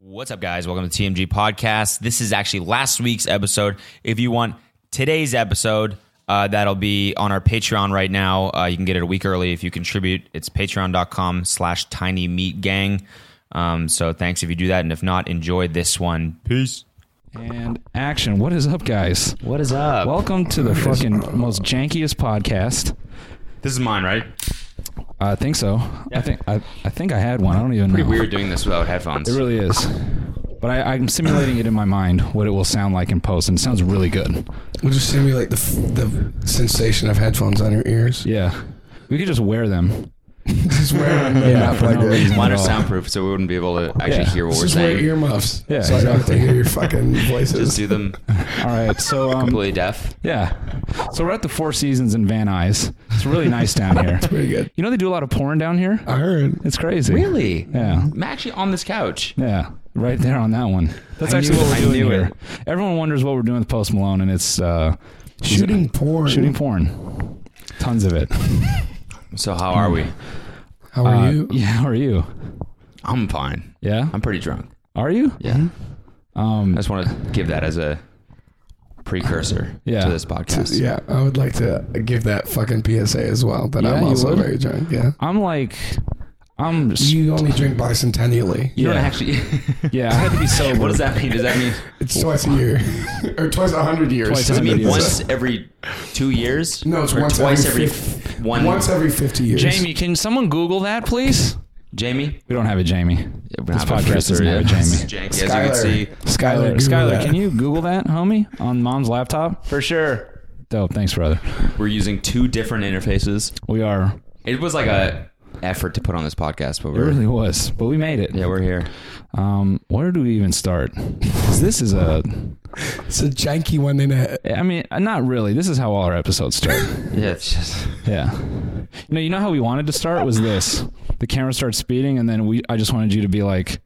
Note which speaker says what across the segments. Speaker 1: What's up, guys? Welcome to TMG Podcast. This is actually last week's episode. If you want today's episode, uh, that'll be on our Patreon right now. Uh, you can get it a week early if you contribute. It's patreon.com slash tiny meat gang. Um, so thanks if you do that. And if not, enjoy this one. Peace.
Speaker 2: And action. What is up, guys?
Speaker 1: What is up?
Speaker 2: Welcome to the fucking most jankiest podcast.
Speaker 1: this is mine, right?
Speaker 2: I think so. I think I, I think I had one. I don't even
Speaker 1: Pretty
Speaker 2: know.
Speaker 1: weird doing this without headphones.
Speaker 2: It really is. But I, I'm simulating it in my mind what it will sound like in post, and it sounds really good.
Speaker 3: We'll just simulate the f- the sensation of headphones on your ears.
Speaker 2: Yeah, we could just wear them.
Speaker 3: Just wear them and
Speaker 2: Yeah,
Speaker 3: not
Speaker 2: for
Speaker 3: plugged
Speaker 2: no
Speaker 3: in.
Speaker 2: reason.
Speaker 1: Mine are
Speaker 2: at all.
Speaker 1: soundproof, so we wouldn't be able to actually
Speaker 2: Yeah.
Speaker 1: hear what we're
Speaker 3: Just wear
Speaker 1: saying.
Speaker 3: earmuffs.
Speaker 2: Yeah,
Speaker 3: so I don't have to
Speaker 2: exactly.
Speaker 3: hear your fucking voices.
Speaker 1: Just do them
Speaker 2: All right. So um,
Speaker 1: completely deaf.
Speaker 2: yeah. So we're at the Four Seasons in Van Nuys. It's really nice down here.
Speaker 3: Pretty good.
Speaker 2: You know they do a lot of porn down here.
Speaker 3: I heard.
Speaker 2: It's crazy.
Speaker 1: Really?
Speaker 2: Yeah.
Speaker 1: I'm actually on this couch.
Speaker 2: Yeah, right there on that one. That's
Speaker 1: I
Speaker 2: actually
Speaker 1: knew-
Speaker 2: what we're
Speaker 1: I
Speaker 2: doing
Speaker 1: knew
Speaker 2: here.
Speaker 1: it.
Speaker 2: Everyone wonders what we're doing with Post Malone, and it's uh,
Speaker 3: Shooting porn.
Speaker 2: shooting porn. Tons of it.
Speaker 1: So how are
Speaker 2: Mm.
Speaker 1: we?
Speaker 3: How are
Speaker 2: Uh,
Speaker 3: you?
Speaker 2: Yeah, how are you?
Speaker 1: I'm fine.
Speaker 2: Yeah,
Speaker 1: I'm pretty drunk.
Speaker 2: are you?
Speaker 1: Yeah. I
Speaker 3: Mm-hmm.
Speaker 2: Um,
Speaker 1: just want to give that as a precursor
Speaker 2: Yeah.
Speaker 1: to this podcast.
Speaker 3: Yeah, I would like to give that fucking PSA as well, but
Speaker 2: Yeah,
Speaker 3: I'm
Speaker 2: you
Speaker 3: also
Speaker 2: would?
Speaker 3: very drunk. Yeah.
Speaker 2: I'm like, I'm. s-
Speaker 3: You only drink bicentennially.
Speaker 1: You
Speaker 2: yeah,
Speaker 1: don't actually.
Speaker 2: yeah. I had to be sober.
Speaker 1: what does that mean? Does that mean?
Speaker 3: It's twice a year, or twice a hundred years.
Speaker 2: Twice a
Speaker 1: Does it mean
Speaker 2: Yes.
Speaker 1: once every two years?
Speaker 3: No, it's
Speaker 1: Or
Speaker 3: once
Speaker 1: twice
Speaker 3: every
Speaker 1: every
Speaker 3: fif-
Speaker 1: f- one.
Speaker 3: Once e-, every fifty years.
Speaker 2: Jamie, can someone Google that, please?
Speaker 1: Jamie.
Speaker 2: We don't have a Jamie.
Speaker 1: We're
Speaker 2: This
Speaker 1: not having
Speaker 2: podcast doesn't
Speaker 1: a
Speaker 2: have a
Speaker 1: This is
Speaker 2: Jamie.
Speaker 1: janky, as you can
Speaker 3: Skylar.
Speaker 1: see.
Speaker 3: Skylar,
Speaker 2: Skylar,
Speaker 3: Google
Speaker 2: Skylar,
Speaker 3: that.
Speaker 2: can you Google that, homie, on mom's laptop?
Speaker 1: For sure.
Speaker 2: Dope. Thanks, brother.
Speaker 1: We're using two different interfaces.
Speaker 2: We are.
Speaker 1: It was like a effort to put on this podcast, but
Speaker 2: It
Speaker 1: we're
Speaker 2: really was, but we made it.
Speaker 1: yeah, we're here.
Speaker 2: Um, where do we even start? 'Cause this is a,
Speaker 3: It's a janky one in a.
Speaker 2: I mean, uh, not really. This is how all our episodes start.
Speaker 1: Yeah, it's just
Speaker 2: yeah. You know, you know how we wanted to start was this: the camera starts speeding, and then we. I just wanted you to be like,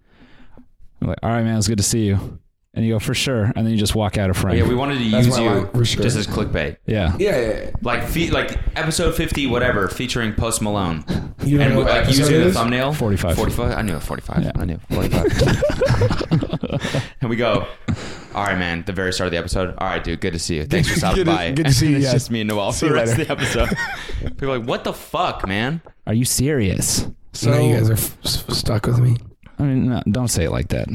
Speaker 2: like, all right, man, it's good to see you, and you go for sure, and then you just walk out of frame.
Speaker 1: yeah. We wanted to
Speaker 3: That's
Speaker 1: use
Speaker 3: my
Speaker 1: you
Speaker 3: line, for sure.
Speaker 1: just as clickbait.
Speaker 2: yeah.
Speaker 3: Yeah, yeah,
Speaker 1: like fe- like episode 50 whatever featuring post malone
Speaker 3: yeah. You
Speaker 1: and
Speaker 3: know
Speaker 1: we-
Speaker 3: what
Speaker 1: like
Speaker 3: episode
Speaker 1: using
Speaker 3: it
Speaker 1: the
Speaker 3: is?
Speaker 1: thumbnail
Speaker 2: 45.
Speaker 1: 45 i knew it, 45
Speaker 2: Yeah.
Speaker 1: i knew 45 and we go all right man the very start of the episode all right dude good to see you thanks for stopping
Speaker 3: Good to-
Speaker 1: by
Speaker 3: good to see
Speaker 1: And
Speaker 3: you,
Speaker 1: it's
Speaker 3: yeah.
Speaker 1: just me and noel
Speaker 3: See
Speaker 1: for the
Speaker 3: you
Speaker 1: rest of the
Speaker 3: later.
Speaker 1: episode people are like what the fuck man
Speaker 2: Are you serious?
Speaker 3: So now you guys are f- s- stuck with me.
Speaker 2: I mean, no, don't say it like that.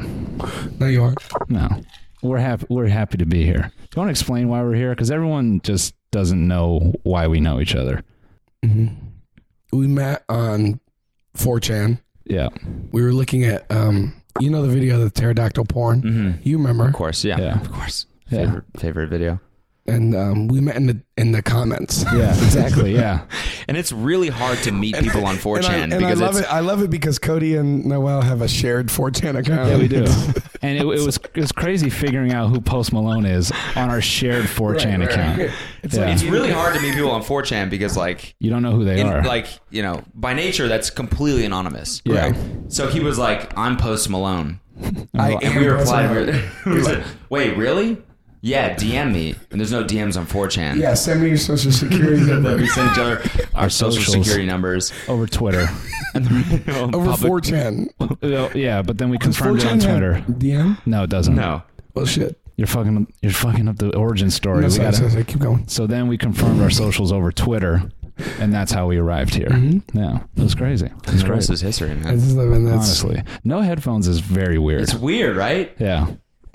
Speaker 3: No, you aren't.
Speaker 2: No, we're happy. We're happy to be here. Do you want to explain why we're here? Because everyone just doesn't know why we know each other.
Speaker 3: We met on 4chan.
Speaker 2: Yeah.
Speaker 3: We were looking at, um, you know, the video of the pterodactyl porn. You remember?
Speaker 1: of course yeah,
Speaker 2: Yeah.
Speaker 1: of course
Speaker 2: Yeah.
Speaker 1: favorite favorite video
Speaker 3: And um, we met in the in the comments.
Speaker 2: Yeah. Exactly. Yeah.
Speaker 1: and it's really hard to meet people on 4chan
Speaker 3: And I, and I
Speaker 1: because
Speaker 3: love
Speaker 1: it's
Speaker 3: it. I love it because Cody and Noel have a shared 4chan account.
Speaker 2: Yeah, we do. and it, it was it was crazy figuring out who Post Malone is on our shared 4chan
Speaker 3: Right, right.
Speaker 2: account.
Speaker 3: It's
Speaker 2: Yeah.
Speaker 3: like-
Speaker 1: it's really hard to meet people on 4chan because like
Speaker 2: You don't know who they
Speaker 1: in,
Speaker 2: are.
Speaker 1: like you know by nature that's completely anonymous
Speaker 2: yeah.
Speaker 3: Right.
Speaker 1: so he was like i'm post malone
Speaker 3: I
Speaker 1: and
Speaker 3: am
Speaker 1: we
Speaker 3: Post
Speaker 1: replied we
Speaker 3: Malone.
Speaker 1: were, we were like, wait really yeah dm me and there's no dms on 4chan
Speaker 3: Yeah, send me your social security number.
Speaker 1: we send each other our, social
Speaker 2: socials.
Speaker 1: security numbers
Speaker 2: Over Twitter.
Speaker 3: Over
Speaker 1: Public-
Speaker 3: 4chan.
Speaker 2: Uh, yeah, but then we confirmed it on
Speaker 3: 4chan have
Speaker 2: Twitter.
Speaker 3: DM?
Speaker 2: No, it doesn't.
Speaker 1: no
Speaker 3: Well, shit.
Speaker 2: You're fucking you're fucking up the origin story.
Speaker 3: No,
Speaker 2: we
Speaker 3: sorry,
Speaker 2: gotta-
Speaker 3: sorry, sorry. Keep going.
Speaker 2: so then we confirmed our socials over Twitter and that's how we arrived here. Yeah. It was crazy. It was
Speaker 1: the rest
Speaker 2: crazy.
Speaker 1: is history
Speaker 3: I
Speaker 1: man
Speaker 3: just love it. That's-
Speaker 2: Honestly. No headphones is very weird.
Speaker 1: it's weird right
Speaker 2: yeah.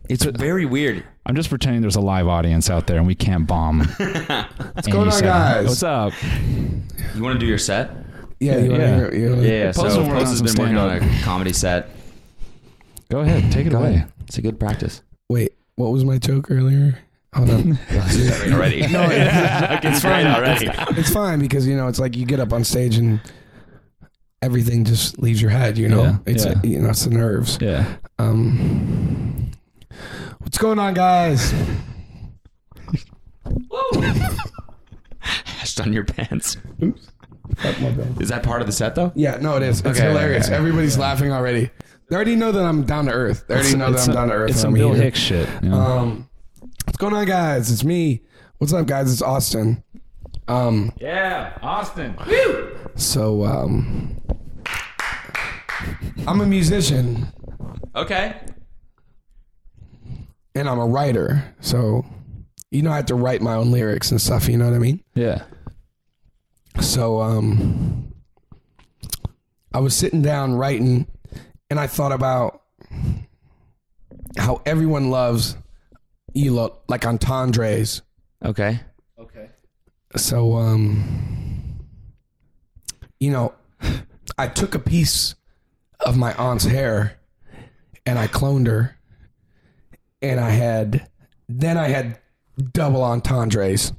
Speaker 1: it's very weird
Speaker 2: I'm just pretending there's a live audience out there and we can't bomb. What's
Speaker 3: going on, guys?
Speaker 2: What's up?
Speaker 1: you want to do your set
Speaker 3: Yeah, you wanna
Speaker 2: Yeah.
Speaker 3: hear it? You wanna-
Speaker 1: yeah so
Speaker 2: Post been working
Speaker 1: post
Speaker 2: on
Speaker 1: has
Speaker 2: some
Speaker 1: been working on
Speaker 2: stand-up.
Speaker 1: a comedy set
Speaker 2: Go ahead, take it
Speaker 1: Go
Speaker 2: away.
Speaker 1: ahead. it's a good practice
Speaker 3: Wait, what was my joke earlier? Hold on.
Speaker 1: already
Speaker 3: No, it-
Speaker 1: it's fine already
Speaker 3: it's fine because you know it's like you get up on stage and everything just leaves your head. You know,
Speaker 2: Yeah,
Speaker 3: it's
Speaker 2: yeah.
Speaker 3: you know it's the nerves.
Speaker 2: Yeah.
Speaker 3: Um, what's going on, guys?
Speaker 1: Just on your pants. Is that part of the set though?
Speaker 3: Yeah, no, it is. It's
Speaker 1: Okay,
Speaker 3: hilarious.
Speaker 1: okay.
Speaker 3: Everybody's laughing already. They already know that I'm down to earth. They already know that I'm
Speaker 2: some-
Speaker 3: down to earth.
Speaker 2: It's
Speaker 3: and
Speaker 2: some
Speaker 3: I'm
Speaker 2: Bill
Speaker 3: here.
Speaker 2: Hicks shit. you know?
Speaker 3: Um, what's going on, guys? It's me. What's up, guys? It's Austin. Um,
Speaker 2: yeah, Austin.
Speaker 3: so um, I'm a musician.
Speaker 1: Okay.
Speaker 3: and I'm a writer, so you know I have to write my own lyrics and stuff. You know what I mean?
Speaker 2: Yeah.
Speaker 3: So um, I was sitting down writing, and I thought about how everyone loves Elo like entendres.
Speaker 1: Okay.
Speaker 2: Okay.
Speaker 3: So um, you know, I took a piece of my aunt's hair, and I cloned her, and I had then I had double entendres.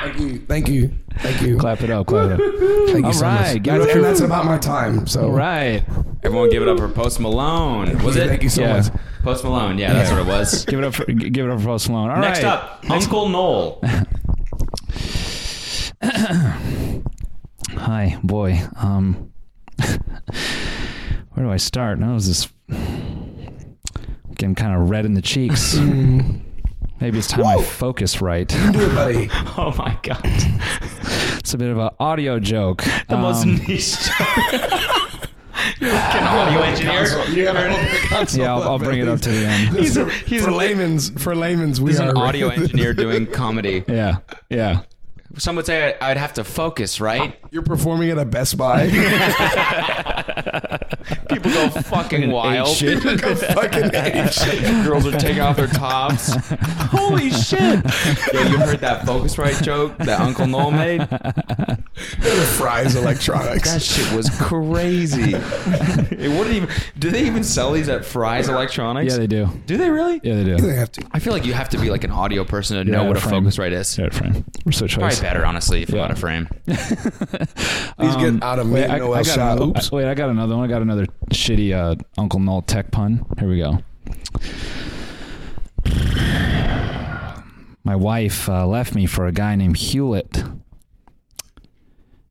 Speaker 3: Thank you, thank you, thank you.
Speaker 2: Clap it up. Clap it up.
Speaker 3: Thank you
Speaker 2: All
Speaker 3: so
Speaker 2: right,
Speaker 3: much.
Speaker 2: give it up
Speaker 3: That's,
Speaker 2: for-
Speaker 3: and that's about my time. So
Speaker 2: All right.
Speaker 1: Everyone give it up for Post Malone. Was it?
Speaker 3: thank you so
Speaker 2: Yeah.
Speaker 3: much.
Speaker 1: Post Malone. Yeah, that's what it was.
Speaker 2: Give it up for g- give it up for Post Malone. All right.
Speaker 1: Next up, Uncle Noel.
Speaker 2: Hi, boy. Um, where do I start? Now is this getting kind of red in the cheeks? Maybe it's time I focus right.
Speaker 3: Do it, buddy.
Speaker 1: Oh my god,
Speaker 2: It's a bit of an audio joke.
Speaker 1: the most
Speaker 2: Um,
Speaker 1: niche. An audio engineer.
Speaker 3: You gotta open the console
Speaker 2: yeah, I'll, I'll bring it up to the end.
Speaker 3: He's a, he's for layman's for layman's. We
Speaker 1: He's
Speaker 3: are
Speaker 1: an audio engineer doing comedy.
Speaker 2: Yeah, yeah.
Speaker 1: Some would say I- I'd have to focus, right?
Speaker 3: You're performing at a Best Buy.
Speaker 1: People go fucking wild.
Speaker 3: Go fucking hate shit.
Speaker 1: Girls are taking off their tops. Holy shit! Yeah, you heard that focus right joke that Uncle Noel made?
Speaker 3: Fries Electronics.
Speaker 1: That shit was crazy. it wouldn't even. Do they even sell these at Fry's Electronics?
Speaker 2: Yeah, they do.
Speaker 1: Do they really?
Speaker 2: Yeah, they
Speaker 3: They
Speaker 2: do.
Speaker 3: have to.
Speaker 1: I feel like you have to be like an audio person to know
Speaker 2: Yeah,
Speaker 1: what a
Speaker 2: frame.
Speaker 1: focus right is.
Speaker 2: Yeah, friend. We're so choice.
Speaker 1: Probably better, honestly, if you
Speaker 2: Yeah.
Speaker 1: want a frame.
Speaker 3: He's getting out of me.
Speaker 2: Um, Wait, I,
Speaker 3: Noel
Speaker 2: I got
Speaker 3: shot.
Speaker 2: another,
Speaker 3: Oops.
Speaker 2: I- wait, I got another one. I got another shitty uh, Uncle Noel tech pun. Here we go. My wife uh, left me for a guy named Hewlett.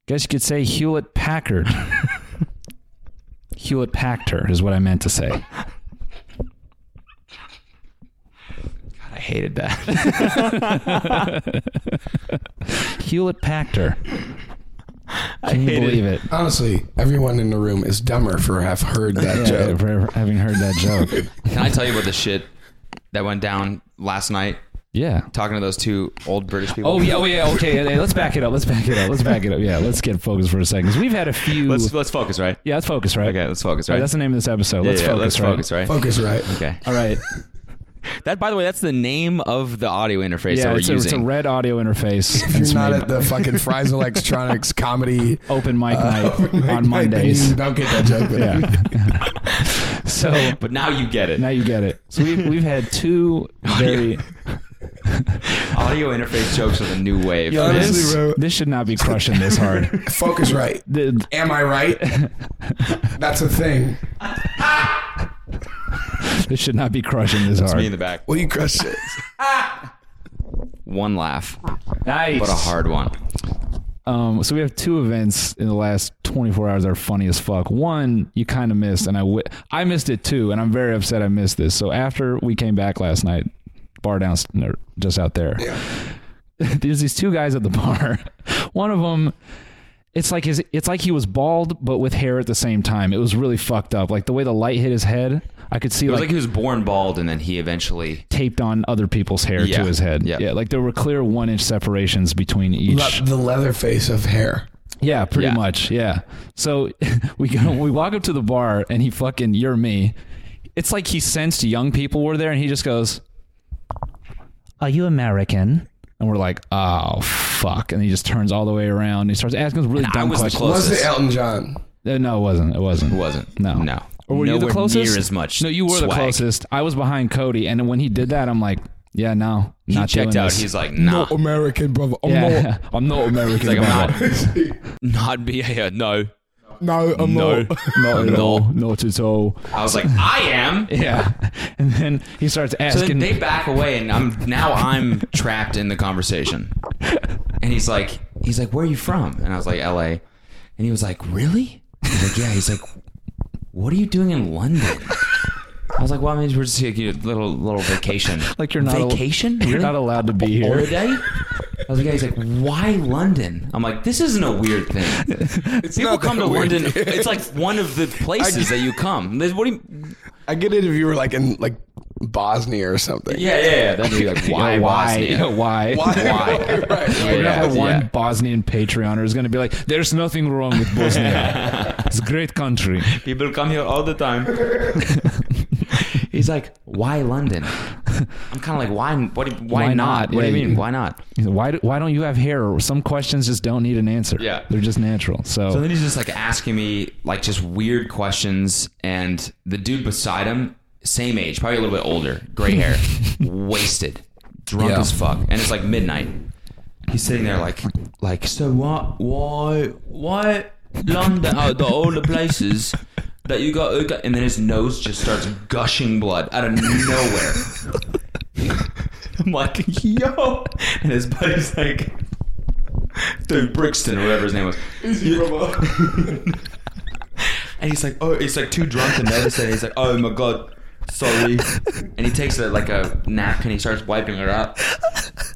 Speaker 2: Guess you could say Hewlett Packard. Hewlett Packard is what I meant to say.
Speaker 1: I hated that.
Speaker 2: Hewlett Packard. Can you
Speaker 1: hate it.
Speaker 2: believe it?
Speaker 3: Honestly, everyone in the room is dumber for have heard that
Speaker 2: Yeah,
Speaker 3: joke.
Speaker 2: for having heard that joke.
Speaker 1: Can I tell you about the shit that went down last night
Speaker 2: Yeah.
Speaker 1: talking to those two old British people?
Speaker 2: Oh yeah, oh yeah, okay. yeah, yeah, let's back it up. Let's back it up. Let's back it up. Yeah, let's get focused for a second. 'cause we've had a few.
Speaker 1: Let's let's focus, right?
Speaker 2: yeah, let's focus, right?
Speaker 1: Okay, let's focus,
Speaker 2: All
Speaker 1: right?
Speaker 2: right, that's the name of this episode. Let's
Speaker 1: yeah, let's
Speaker 2: focus, right?
Speaker 1: focus, right?
Speaker 3: Focus right.
Speaker 1: Okay.
Speaker 2: All right.
Speaker 1: That, by the way, that's the name of the audio interface that
Speaker 2: Yeah,
Speaker 1: we're
Speaker 2: it's a, it's
Speaker 1: using.
Speaker 2: a red audio interface.
Speaker 3: If
Speaker 2: It's
Speaker 3: you're not
Speaker 2: made
Speaker 3: at the fucking Fries Electronics comedy uh,
Speaker 2: open mic night
Speaker 3: open mic
Speaker 2: on
Speaker 3: night, then
Speaker 2: Mondays.
Speaker 3: you don't get that joke.
Speaker 2: Yeah.
Speaker 3: Yeah.
Speaker 2: so
Speaker 1: but now you get it.
Speaker 2: now you get it. So we've we've had two
Speaker 1: Oh,
Speaker 2: very.
Speaker 1: Audio interface jokes are the new wave.
Speaker 3: Yeah,
Speaker 1: man.
Speaker 3: honestly,
Speaker 2: This,
Speaker 3: bro.
Speaker 2: this should not be crushing this hard.
Speaker 3: Focus right.
Speaker 2: The-
Speaker 3: Am I right? That's a thing.
Speaker 2: this should not be crushing this
Speaker 1: It's
Speaker 2: hard.
Speaker 1: me in the back.
Speaker 3: Well, you crushed it.
Speaker 1: One laugh,
Speaker 2: nice.
Speaker 1: but a hard one.
Speaker 2: Um, so we have two events in the last 24 hours that are funny as fuck. One you kind of missed, and I wi- I missed it too, and I'm very upset I missed this. So after we came back last night, bar down no, just out there, there's these two guys at the bar. One of them, it's like his, it's like he was bald but with hair at the same time. It was really fucked up. Like the way the light hit his head, I could see
Speaker 1: It was
Speaker 2: like,
Speaker 1: like he was born bald and then he eventually.
Speaker 2: taped on other people's hair
Speaker 1: Yeah.
Speaker 2: to his head.
Speaker 1: Yeah.
Speaker 2: yeah, like there were clear one inch separations between each.
Speaker 3: Le- the leather face of hair.
Speaker 2: Yeah, pretty
Speaker 1: Yeah.
Speaker 2: much. Yeah. So we go, we walk up to the bar and he fucking you're me. It's like he sensed young people were there and he just goes, "Are you American?" And we're like, "Oh fuck!" And he just turns all the way around. And he starts asking us really
Speaker 1: And I
Speaker 2: dumb
Speaker 1: was the
Speaker 2: questions.
Speaker 1: closest.
Speaker 3: Was it Elton John?
Speaker 2: Uh, no, it wasn't. It wasn't.
Speaker 1: It wasn't.
Speaker 2: No.
Speaker 1: No.
Speaker 2: Or were you
Speaker 1: Nowhere
Speaker 2: the closest?
Speaker 1: Near as much.
Speaker 2: No, you were the
Speaker 1: swag.
Speaker 2: closest. I was behind Cody, and when he did that, I'm like, "Yeah, no,
Speaker 1: He
Speaker 2: not
Speaker 1: checked
Speaker 2: doing
Speaker 1: out.
Speaker 2: This.
Speaker 1: He's like, nah.
Speaker 3: American, brother. I'm
Speaker 2: yeah, I'm not American.
Speaker 1: like, I'm
Speaker 2: about
Speaker 1: not.
Speaker 2: it.
Speaker 1: Not be a no.
Speaker 3: No, I'm
Speaker 1: No.
Speaker 2: not at
Speaker 1: No.
Speaker 2: all. Not at all."
Speaker 1: I was like, I am.
Speaker 2: Yeah. And then he starts
Speaker 1: So then
Speaker 2: asking.
Speaker 1: they back away, and I'm now I'm trapped in the conversation. And he's like, he's like, where are you from? And I was like, L.A. And he was like, really? I was like, yeah. He's like, what are you doing in London? I was like, well, I mean, we're just taking a little little vacation.
Speaker 2: Like, you're not al-
Speaker 1: vacation.
Speaker 2: You're
Speaker 1: Really?
Speaker 2: not allowed to be here.
Speaker 1: holiday. I was like, he's like, why London? I'm like, this isn't a weird thing. People
Speaker 3: not
Speaker 1: come
Speaker 3: that
Speaker 1: to
Speaker 3: weird.
Speaker 1: London. It's like one of the places that you come. There's- What do you?
Speaker 3: I get it if you were like in like Bosnia or something.
Speaker 1: Yeah, yeah, yeah. Then you're like, why,
Speaker 2: Yeah,
Speaker 1: Bosnia?
Speaker 2: why? Yeah, why?
Speaker 1: Why?
Speaker 3: right.
Speaker 2: We're gonna
Speaker 1: Yeah,
Speaker 2: have the
Speaker 1: yeah.
Speaker 2: one Bosnian Patreoner is gonna be like, "There's nothing wrong with Bosnia. it's a great country."
Speaker 1: People come here all the time. He's like, why London? I'm kind of like, why? What? do- Why,
Speaker 2: Why
Speaker 1: not?
Speaker 2: not?
Speaker 1: What do
Speaker 2: Yeah,
Speaker 1: you mean?
Speaker 2: you-
Speaker 1: Why not?
Speaker 2: He's like, Why? do- Why don't you have hair? Some questions just don't need an answer.
Speaker 1: Yeah.
Speaker 2: they're just natural.
Speaker 1: So
Speaker 2: So,
Speaker 1: then he's just like asking me like just weird questions, and the dude beside him, same age, probably a little bit older, gray hair, wasted, drunk
Speaker 3: Yeah.
Speaker 1: as fuck, and it's like midnight. He's sitting there like, like so what? Why? Why London out the all the places that you got? you got-" And then his nose just starts gushing blood out of nowhere. I'm like, yo, and his buddy's like. Dude, Brixton, or whatever his name was. And he's like, oh, he's like too drunk to notice it. He's like, oh my god, sorry. And he takes a, like a napkin, he starts wiping it up,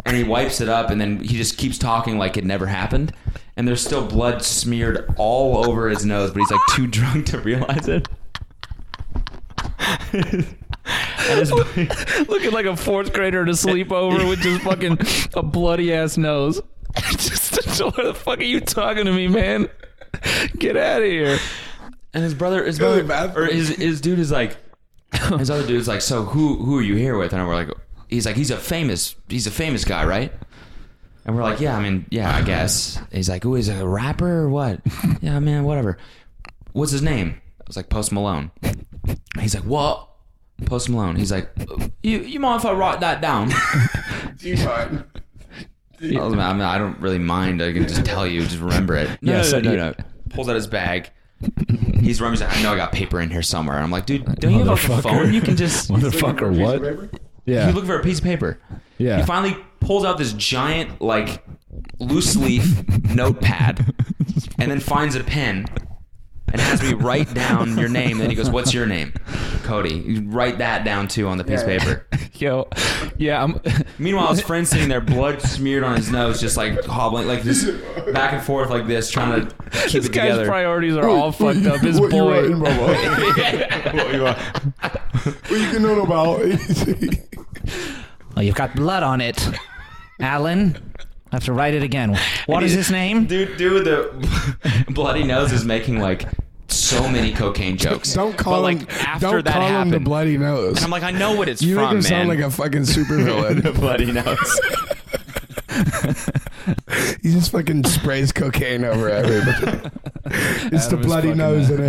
Speaker 1: and he wipes it up, and then he just keeps talking like it never happened. And there's still blood smeared all over his nose, but he's like too drunk to realize it. and his buddy,
Speaker 2: looking like a fourth grader to sleep over with just fucking a bloody ass nose. just what the fuck are you talking to me, man? Get out of here.
Speaker 1: and his brother, his
Speaker 3: Go to
Speaker 1: brother,
Speaker 3: the
Speaker 1: or
Speaker 3: bathroom.
Speaker 1: his his dude is like, his other dude's like, so who who are you here with? And we're like, he's like, he's a famous, he's a famous guy, right? And we're like, yeah, I mean, yeah, I guess. He's like, who is it, a rapper or what? yeah, man, whatever. What's his name? I was like, Post Malone. He's like, what? Post Malone. He's like, you you mind if I write that down?
Speaker 3: You fine.
Speaker 1: I, was like, I mean, I don't really mind. I can just tell you, just remember it. No,
Speaker 2: Yeah,
Speaker 1: no,
Speaker 2: so
Speaker 1: no, no,
Speaker 2: you-
Speaker 1: no. Pulls out his bag. He's rummaging. I know I got paper in here somewhere. I'm like, dude, don't you have like, a
Speaker 2: Motherfucker.
Speaker 1: phone? You can just.
Speaker 2: Motherfucker, what? Yeah,
Speaker 1: You look for a piece of paper.
Speaker 2: yeah.
Speaker 1: He finally pulls out this giant, like, loose leaf notepad, and then finds a pen, and has me write down your name. Then he goes, "What's your name, Cody?" You write that down too on the piece
Speaker 3: Yeah.
Speaker 1: of paper.
Speaker 2: Yo, yeah, I'm.
Speaker 1: Meanwhile, his friend's sitting there, blood smeared on his nose, just like hobbling, like this back and forth, like this, trying to keep
Speaker 2: This
Speaker 1: it
Speaker 2: guy's
Speaker 1: together.
Speaker 2: priorities are all fucked up. His
Speaker 3: what you
Speaker 2: boy.
Speaker 3: writing, Bubba? what you are- What you can know about?
Speaker 4: Well, you've got blood on it. Alan, I have to write it again. What is his name?
Speaker 1: Dude, dude, with the bloody nose is making like so many cocaine jokes.
Speaker 3: don't call
Speaker 1: But,
Speaker 3: him.
Speaker 1: like, after
Speaker 3: Don't
Speaker 1: that
Speaker 3: call
Speaker 1: happened,
Speaker 3: him the bloody nose.
Speaker 1: I'm like, I know what it's
Speaker 3: you
Speaker 1: from,
Speaker 3: make him
Speaker 1: man.
Speaker 3: sound like a fucking
Speaker 1: the
Speaker 3: supervillain.
Speaker 1: bloody nose.
Speaker 3: he just fucking sprays cocaine over everybody. it's the
Speaker 2: Adam is
Speaker 3: bloody
Speaker 2: fucking
Speaker 3: nose
Speaker 2: mad.
Speaker 3: in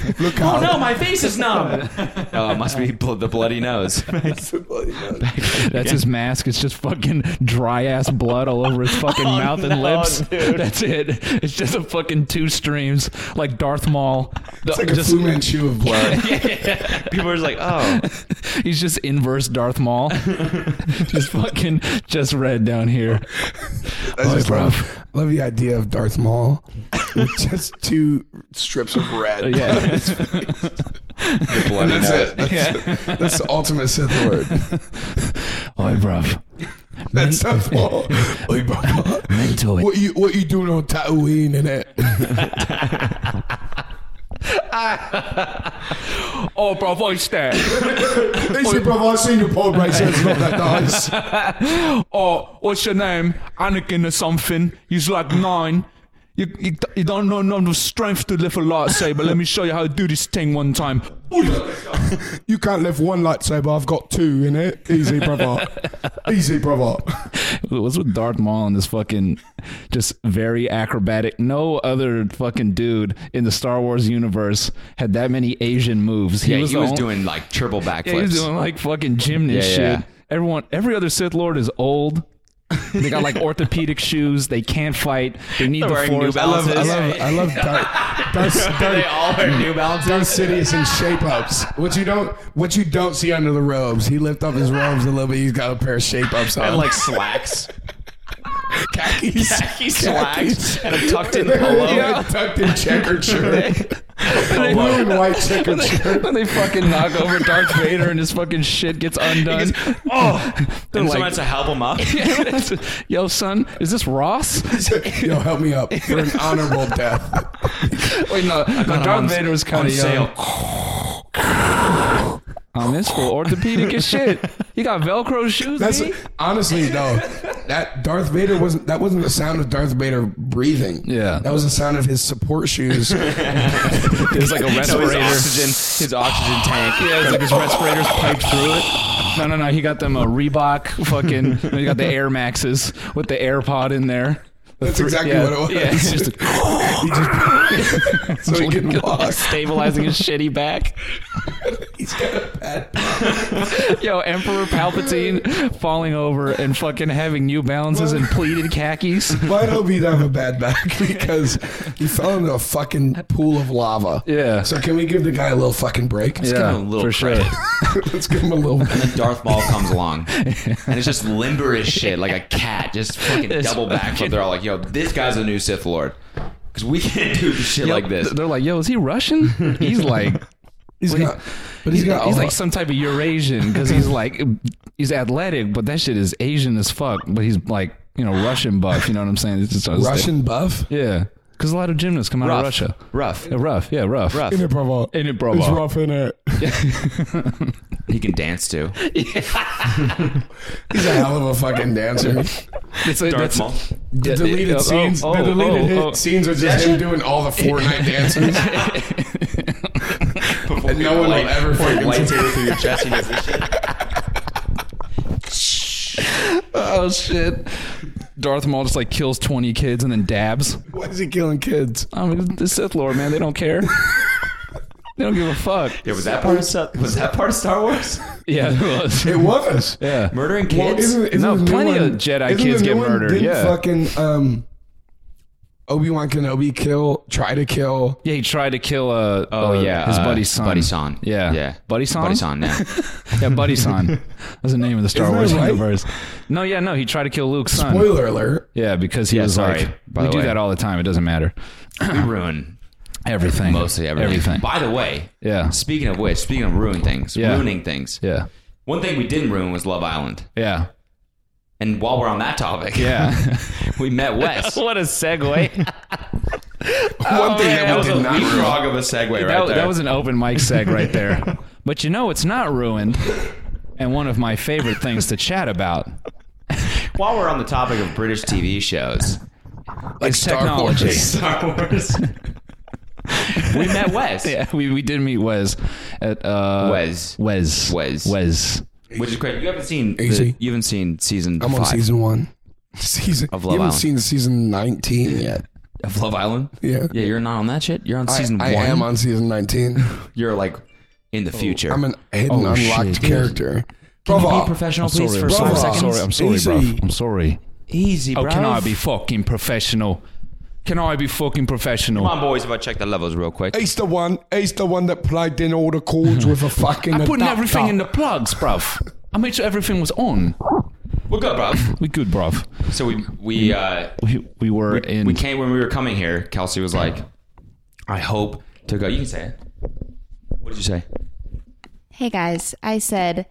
Speaker 3: it. Look how.
Speaker 1: oh no, my face is numb. oh, it must be bl- the bloody nose.
Speaker 3: It's the bloody nose.
Speaker 2: That's his mask. It's just fucking dry ass blood all over his fucking mouth and
Speaker 1: no,
Speaker 2: lips. That's it. It's just a fucking two streams like Darth Maul.
Speaker 3: It's like a Fu Manchu of blood.
Speaker 1: People are just like, oh,
Speaker 2: He's just inverse Darth Maul. just fucking just red down here.
Speaker 3: I just
Speaker 2: bro.
Speaker 3: love, love the idea of Darth Maul with just two strips of red.
Speaker 2: Yeah.
Speaker 1: the bloody
Speaker 3: That's
Speaker 1: nose.
Speaker 3: it. That's, that's the ultimate Sith Lord.
Speaker 2: Oi, bruv.
Speaker 3: That's Darth Maul. Oy, bro.
Speaker 4: Mental.
Speaker 3: What you what you doing on Tatooine in it?
Speaker 2: Oh, bro, voice that.
Speaker 3: They said, bro, I've seen your Paul Bright says not that nice.
Speaker 2: Oh, what's your name? Anakin or something. He's like nine. You, you, you don't know none of strength to lift a lightsaber. Let me show you how to do this thing one time.
Speaker 3: You can't lift one lightsaber. I've got two in it. Easy, brother. Easy, brother.
Speaker 2: What's with Darth Maul and this fucking just very acrobatic? No other fucking dude in the Star Wars universe had that many Asian moves.
Speaker 1: Yeah, he
Speaker 2: the
Speaker 1: was
Speaker 2: only-
Speaker 1: doing like triple backflips.
Speaker 2: Yeah, he was doing like fucking gym and
Speaker 1: Yeah,
Speaker 2: shit.
Speaker 1: yeah.
Speaker 2: Everyone, every other Sith Lord is old. They got like orthopedic shoes. They can't fight. They need the
Speaker 1: They're wearing New
Speaker 2: force.
Speaker 3: I love, I
Speaker 1: Balances.
Speaker 3: love, I love Darth, Darth,
Speaker 1: they
Speaker 3: Darth,
Speaker 1: all wear New Balances.
Speaker 3: Darth Sidious in shape ups. What you don't, what you don't see under the robes. He lift up his robes a little bit. He's got a pair of shape ups on,
Speaker 1: and like slacks.
Speaker 3: khakis,
Speaker 1: Khaki slacks and a tucked in polo.
Speaker 3: Yeah, tucked in checkered shirt. Blue and white checkered shirt.
Speaker 2: when they fucking knock over Darth Vader and his fucking shit gets undone.
Speaker 1: oh,
Speaker 2: They're
Speaker 1: and
Speaker 2: like-
Speaker 1: someone has to help him up.
Speaker 2: Yo, son, is this Ross?
Speaker 3: Yo, help me up for an honorable death.
Speaker 2: Wait, no, no Darth
Speaker 1: on-
Speaker 2: Vader was kind
Speaker 1: on
Speaker 2: of young.
Speaker 1: sale.
Speaker 2: I'm this for orthopedic as shit. You got Velcro shoes,
Speaker 3: That's
Speaker 2: B?
Speaker 3: honestly no. That Darth Vader wasn't. That wasn't the sound of Darth Vader breathing.
Speaker 2: Yeah.
Speaker 3: that was the sound of his support shoes.
Speaker 2: It's like
Speaker 1: So
Speaker 2: a
Speaker 1: his
Speaker 2: respirator.
Speaker 1: oxygen, his oxygen tank.
Speaker 2: Yeah, it's like his respirators piped through it. No, no, no. He got them a Reebok fucking. He got the Air Maxes with the AirPod in there.
Speaker 3: That's exactly
Speaker 2: yeah,
Speaker 3: what it was.
Speaker 2: Yeah, it's just
Speaker 3: so he can walk.
Speaker 2: Uh, stabilizing his shitty back.
Speaker 3: He's got a bad.
Speaker 2: Yo, Emperor Palpatine falling over and fucking having New Balances and pleated khakis.
Speaker 3: Why don't we have a bad back? Because he fell into a fucking pool of lava.
Speaker 2: Yeah.
Speaker 3: So can we give the guy a little fucking break?
Speaker 1: give him a little
Speaker 2: for sure.
Speaker 1: credit.
Speaker 3: Let's give him a little.
Speaker 1: Then Darth Maul comes along, and it's just limber as shit, like a cat, just fucking double back. But they're all like, "Yo, this guy's a new Sith Lord," because we can't do the shit
Speaker 2: Yo,
Speaker 1: like this.
Speaker 2: th- They're like, yo, is he Russian? He's like,
Speaker 3: He's got. But he's got.
Speaker 2: he's like
Speaker 3: all-
Speaker 2: some type of Eurasian because he's like, he's athletic, but that shit is Asian as fuck. But he's like, you know, Russian buff. You know what I'm saying? It's just
Speaker 3: Russian buff.
Speaker 2: Yeah. Because a lot of gymnasts come out
Speaker 1: Rough.
Speaker 2: of Russia.
Speaker 1: Rough,
Speaker 2: Yeah, rough. Yeah, rough.
Speaker 1: rough.
Speaker 3: it, bravo.
Speaker 2: In it, bravo. It's rough
Speaker 3: in it.
Speaker 1: He can dance too.
Speaker 3: He's a hell of a fucking dancer.
Speaker 2: It's like,
Speaker 1: Darth
Speaker 2: that's-
Speaker 1: Maul.
Speaker 3: The deleted
Speaker 2: Oh, oh,
Speaker 3: scenes.
Speaker 2: oh,
Speaker 3: the deleted
Speaker 2: oh,
Speaker 3: hit
Speaker 2: oh.
Speaker 3: scenes are just him doing all the Fortnite dances. and no one will ever fucking
Speaker 1: lightsaber through your chest. He does this shit.
Speaker 2: Oh, shit. Darth Maul just like kills 20 kids and then dabs.
Speaker 3: Why is he killing kids?
Speaker 2: I mean, the Sith Lord, man, they don't care. they don't give a fuck.
Speaker 1: Yeah, was that part of Star- was that part of Star Wars?
Speaker 2: Yeah, it was.
Speaker 3: It was.
Speaker 2: Yeah.
Speaker 1: Murdering kids.
Speaker 3: Well, isn't, isn't
Speaker 2: No,
Speaker 3: the new
Speaker 2: plenty
Speaker 3: one-
Speaker 2: of Jedi
Speaker 3: isn't the
Speaker 2: kids
Speaker 3: new
Speaker 2: get
Speaker 3: one-
Speaker 2: murdered,
Speaker 3: Didn't
Speaker 2: yeah.
Speaker 3: fucking um, Obi Wan Kenobi kill, try to kill.
Speaker 2: Yeah, he tried to kill uh,
Speaker 1: Oh
Speaker 2: uh,
Speaker 1: yeah,
Speaker 2: his
Speaker 1: uh,
Speaker 2: buddy son.
Speaker 1: Buddy Son.
Speaker 2: Yeah.
Speaker 1: yeah.
Speaker 2: Buddy Son?
Speaker 1: Buddy Son. Yeah.
Speaker 2: Yeah, buddy son. That's the name of the Star
Speaker 3: Isn't
Speaker 2: Wars
Speaker 3: that right?
Speaker 2: universe. No, yeah, no, he tried to kill Luke's son.
Speaker 3: Spoiler alert.
Speaker 2: Yeah, because he was
Speaker 1: sorry,
Speaker 2: like,
Speaker 1: by
Speaker 2: we
Speaker 1: the
Speaker 2: do
Speaker 1: way.
Speaker 2: that all the time. It doesn't matter.
Speaker 1: we ruin
Speaker 2: Everything,
Speaker 1: mostly everything. By the way,
Speaker 2: Yeah,
Speaker 1: speaking of which, speaking of ruining things,
Speaker 2: Yeah.
Speaker 1: ruining things.
Speaker 2: yeah,
Speaker 1: One thing we didn't ruin was Love Island.
Speaker 2: yeah,
Speaker 1: And while we're on that topic,
Speaker 2: yeah.
Speaker 1: we met Wes.
Speaker 2: what a segue! that,
Speaker 3: One thing
Speaker 1: That
Speaker 3: that we
Speaker 1: was a
Speaker 3: did not ruin.
Speaker 1: leapfrog of a segue right there.
Speaker 2: that was an open mic seg right there. but you know, it's not ruined. And one of my favorite things to chat about
Speaker 1: while we're on the topic of British TV shows,
Speaker 2: is
Speaker 3: Star
Speaker 2: technology.
Speaker 3: Wars.
Speaker 1: Star Wars. we met Wes,
Speaker 2: Yeah, we, we did meet Wes at uh,
Speaker 1: Wes.
Speaker 2: Wes
Speaker 1: Wes.
Speaker 2: Wes.
Speaker 1: which is crazy. You haven't seen the-
Speaker 3: Easy.
Speaker 1: you haven't seen season
Speaker 3: I'm on
Speaker 1: five
Speaker 3: season one. Season.
Speaker 1: Of
Speaker 3: you
Speaker 1: Love
Speaker 3: haven't
Speaker 1: Island.
Speaker 3: seen season 19 yet.
Speaker 1: of Love Island.
Speaker 3: Yeah.
Speaker 1: Yeah, you're not on that shit. You're on
Speaker 3: I-
Speaker 1: season
Speaker 3: I,
Speaker 1: one.
Speaker 3: am on season 19.
Speaker 1: You're like in the future.
Speaker 3: I'm an hidden,
Speaker 2: Oh, shit,
Speaker 3: unlocked
Speaker 2: dude.
Speaker 3: character.
Speaker 1: Can you
Speaker 3: Bravo.
Speaker 1: be professional, Oh, please, for
Speaker 2: I'm
Speaker 1: five
Speaker 2: sorry,
Speaker 3: bruv.
Speaker 2: I'm
Speaker 1: seconds.
Speaker 2: sorry, I'm sorry,
Speaker 3: Easy.
Speaker 2: bruv. I'm sorry.
Speaker 1: Easy,
Speaker 5: Oh,
Speaker 2: How
Speaker 1: bro.
Speaker 2: can I be fucking professional? Can I be fucking professional?
Speaker 1: Come on, boys, if I check the levels real quick.
Speaker 3: He's the one. He's the one that plugged in all the cords with a fucking.
Speaker 2: I'm putting
Speaker 3: adapter.
Speaker 2: everything in the plugs, bruv. I made sure everything was on.
Speaker 1: We're good, bro.
Speaker 2: We good, bruv.
Speaker 1: So we we uh,
Speaker 2: We, we were in.
Speaker 1: we came when we were coming here. Kelsey was like, "I hope to go." You can say it. What did you say?
Speaker 6: Hey guys, I said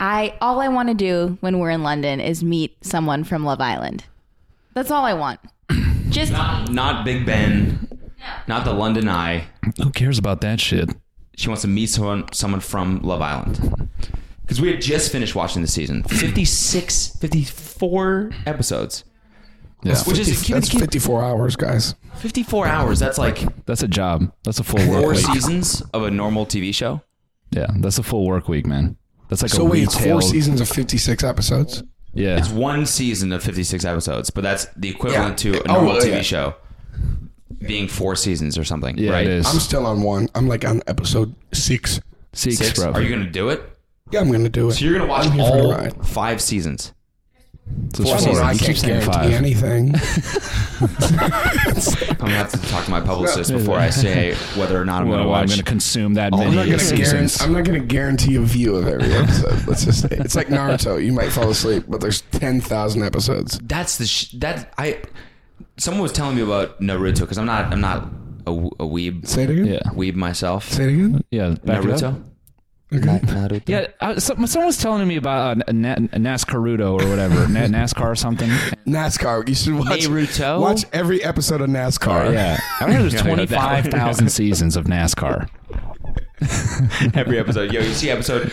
Speaker 6: I all I want to do when we're in London is meet someone from Love Island. That's all I want. Just
Speaker 1: Not, not Big Ben. Not the London Eye.
Speaker 2: Who cares about that shit?
Speaker 1: She wants to meet someone someone from Love Island. Because we had just finished watching the season. 56, 54 episodes.
Speaker 2: Yeah.
Speaker 1: Which is can-
Speaker 3: That's
Speaker 1: can-
Speaker 3: 54 hours, guys.
Speaker 1: 54 hours. That's like
Speaker 2: That's a job. That's a full work
Speaker 1: four
Speaker 2: week.
Speaker 1: seasons of a normal TV show.
Speaker 2: Yeah, that's a full work week, man. That's like
Speaker 3: So
Speaker 2: a
Speaker 3: wait, it's
Speaker 2: retail.
Speaker 3: four seasons of 56 episodes.
Speaker 2: Yeah.
Speaker 1: It's one season of 56 episodes, but that's the equivalent
Speaker 3: Yeah.
Speaker 1: to a
Speaker 3: Oh,
Speaker 1: normal
Speaker 3: well,
Speaker 1: TV
Speaker 3: yeah.
Speaker 1: show being four seasons or something.
Speaker 2: yeah,
Speaker 1: right?
Speaker 2: it is.
Speaker 3: I'm still on one. I'm like on episode six.
Speaker 2: Six,
Speaker 1: Six?
Speaker 2: bruv.
Speaker 1: Are you going to do it?
Speaker 3: Yeah, I'm gonna do it.
Speaker 1: So you're going to watch
Speaker 3: I'm here for the
Speaker 1: all
Speaker 3: ride.
Speaker 1: five seasons.
Speaker 2: It's just
Speaker 1: four
Speaker 3: I
Speaker 2: four.
Speaker 3: mean, I
Speaker 1: You
Speaker 2: He
Speaker 3: can't
Speaker 2: keeps saying
Speaker 3: guarantee
Speaker 2: five.
Speaker 3: anything.
Speaker 1: I'm going to have to talk to my publicist before I say whether or not I'm
Speaker 2: Well,
Speaker 1: going to watch.
Speaker 2: I'm going to consume that many
Speaker 3: I'm not, gonna
Speaker 2: seasons.
Speaker 3: guarantee, I'm not gonna guarantee a view of every episode. Let's just say it's like Naruto. You might fall asleep, but there's ten thousand episodes.
Speaker 1: That's the sh- that I. Someone was telling me about Naruto because I'm not I'm not a, w- a weeb,
Speaker 3: Say it again.
Speaker 2: Yeah.
Speaker 1: weeb myself.
Speaker 3: Say it again.
Speaker 2: Yeah. Back it up.
Speaker 1: Naruto.
Speaker 3: Okay.
Speaker 1: Na- Naruto.
Speaker 2: Yeah, uh, some, someone was telling me about uh, Na- NASCARudo or whatever, Na- NASCAR or something.
Speaker 3: NASCAR. You should watch
Speaker 1: Naruto?
Speaker 3: watch every episode of NASCAR.
Speaker 2: Yeah, I remember there's
Speaker 1: Yeah, I heard that.
Speaker 2: twenty five thousand seasons of NASCAR.
Speaker 1: Every episode. Yo, you see episode,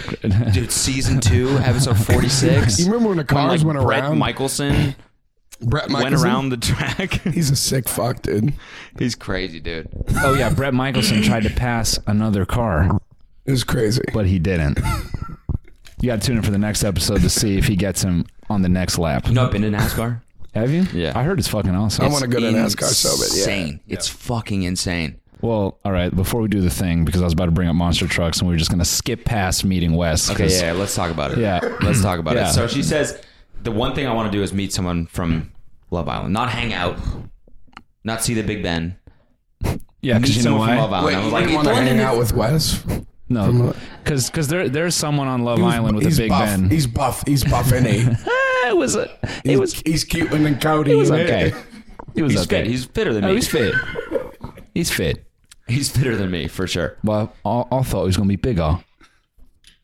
Speaker 1: dude, season two, episode 46.
Speaker 3: You remember when the
Speaker 1: when,
Speaker 3: cars
Speaker 1: like,
Speaker 3: went
Speaker 1: Brett
Speaker 3: around?
Speaker 1: Michelson
Speaker 3: Brett
Speaker 1: went
Speaker 3: Michelson?
Speaker 1: around the track.
Speaker 3: He's a sick fuck, dude.
Speaker 1: He's crazy, dude.
Speaker 2: Oh yeah, Brett Michelson tried to pass another car,
Speaker 3: It was crazy.
Speaker 2: but he didn't. You got to tune in for the next episode to see if he gets him on the next lap.
Speaker 1: You know, I've been to NASCAR.
Speaker 2: Have you?
Speaker 1: Yeah.
Speaker 2: I heard it's fucking awesome.
Speaker 3: I wanna go to NASCAR so bad, yeah.
Speaker 1: Insane. It's fucking insane.
Speaker 2: Well, all right. Before we do the thing, because I was about to bring up monster trucks, and we were just gonna skip past meeting Wes.
Speaker 1: Okay,
Speaker 2: 'cause-
Speaker 1: yeah, let's talk about it.
Speaker 2: Yeah.
Speaker 1: let's talk about
Speaker 2: Yeah.
Speaker 1: it. So she says, the one thing I want to do is meet someone from Love Island, not hang out, not see the Big Ben.
Speaker 2: yeah.
Speaker 1: Meet
Speaker 2: Because you know
Speaker 1: someone from Love
Speaker 2: why?
Speaker 1: Island.
Speaker 3: Wait,
Speaker 1: I
Speaker 3: you
Speaker 1: was like,
Speaker 3: didn't want to
Speaker 1: it's
Speaker 3: hang
Speaker 1: London.
Speaker 3: out with Wes?
Speaker 2: No, because there there's someone on Love
Speaker 3: He was-
Speaker 2: Island with
Speaker 3: he's
Speaker 2: a big
Speaker 3: buff.
Speaker 2: Ben.
Speaker 3: He's buff. He's buff, and he.
Speaker 2: Ah, it was a, it
Speaker 3: He's,
Speaker 2: was
Speaker 3: he's cute and then Cody.
Speaker 2: It was okay. It was
Speaker 1: He's
Speaker 2: okay.
Speaker 1: fit. He's fitter than
Speaker 2: Oh,
Speaker 1: me.
Speaker 2: he's fit. He's fit.
Speaker 1: He's fitter than me for sure.
Speaker 2: Well, I, I thought he was going to be bigger.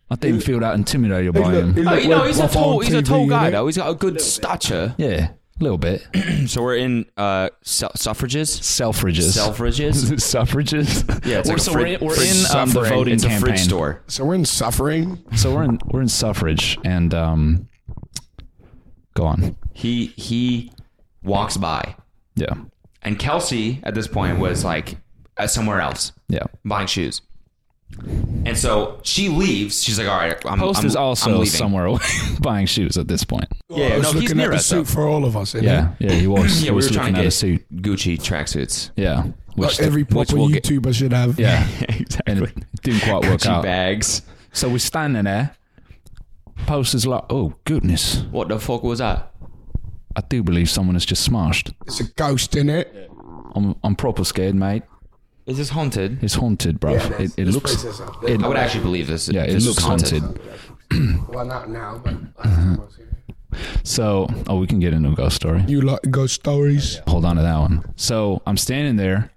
Speaker 2: I didn't feel that intimidated by him.
Speaker 1: Oh, you know, he's a
Speaker 3: Ruff
Speaker 1: tall,
Speaker 3: on
Speaker 1: he's a
Speaker 3: TV,
Speaker 1: tall
Speaker 3: you
Speaker 1: guy
Speaker 3: know?
Speaker 1: though. He's got a good stature.
Speaker 2: Yeah, a little bit.
Speaker 1: So we're in uh, su- suffrages,
Speaker 2: Selfridges.
Speaker 1: Selfridges.
Speaker 2: Suffrages.
Speaker 1: Yeah, it's
Speaker 2: we're,
Speaker 1: like a
Speaker 2: so
Speaker 1: frid-
Speaker 2: we're, in- we're
Speaker 1: fridge
Speaker 2: in um, the
Speaker 1: suffering.
Speaker 2: voting
Speaker 1: It's
Speaker 2: campaign.
Speaker 1: a fridge store.
Speaker 3: So we're in suffering.
Speaker 2: So we're in we're in suffrage and um, go on.
Speaker 1: He he walks by,
Speaker 2: Yeah,
Speaker 1: and Kelsey at this point was like uh, somewhere else
Speaker 2: yeah.
Speaker 1: buying shoes, and so she leaves. She's like, "All right, I'm,
Speaker 2: Post
Speaker 1: I'm,
Speaker 2: is
Speaker 1: I'm
Speaker 2: also
Speaker 1: leaving.
Speaker 2: somewhere away buying shoes at this point.
Speaker 1: Yeah,
Speaker 3: I was
Speaker 1: no, he's
Speaker 3: looking
Speaker 1: near
Speaker 3: at the
Speaker 1: us. though.
Speaker 3: suit for all of us. isn't
Speaker 2: Yeah, yeah. He was.
Speaker 1: Yeah,
Speaker 2: he
Speaker 1: we
Speaker 2: was
Speaker 1: were trying
Speaker 2: looking
Speaker 1: to
Speaker 2: at
Speaker 1: get
Speaker 2: a suit.
Speaker 1: Gucci tracksuits.
Speaker 2: Yeah,
Speaker 3: Like
Speaker 2: which
Speaker 3: every proper
Speaker 1: we'll get-
Speaker 3: YouTuber should have.
Speaker 2: yeah. and
Speaker 1: exactly.
Speaker 2: it didn't quite work
Speaker 1: Gucci
Speaker 2: out.
Speaker 1: bags.
Speaker 2: So we're standing there. Post is like, oh goodness,
Speaker 1: What the fuck was that?
Speaker 2: I do believe someone has just smashed.
Speaker 3: It's a ghost in it.
Speaker 2: I'm I'm proper scared, mate.
Speaker 1: Is this haunted?
Speaker 2: It's haunted, bruv.
Speaker 3: it is.
Speaker 2: it, it
Speaker 3: This
Speaker 2: looks,
Speaker 3: place is a-
Speaker 2: it,
Speaker 1: I would actually believe this.
Speaker 2: yeah,
Speaker 1: this
Speaker 2: it
Speaker 1: is
Speaker 2: looks haunted.
Speaker 3: Well, not now, but
Speaker 2: So, oh, we can get into a ghost story.
Speaker 3: you like ghost stories.
Speaker 2: Hold on to that one. So I'm standing there,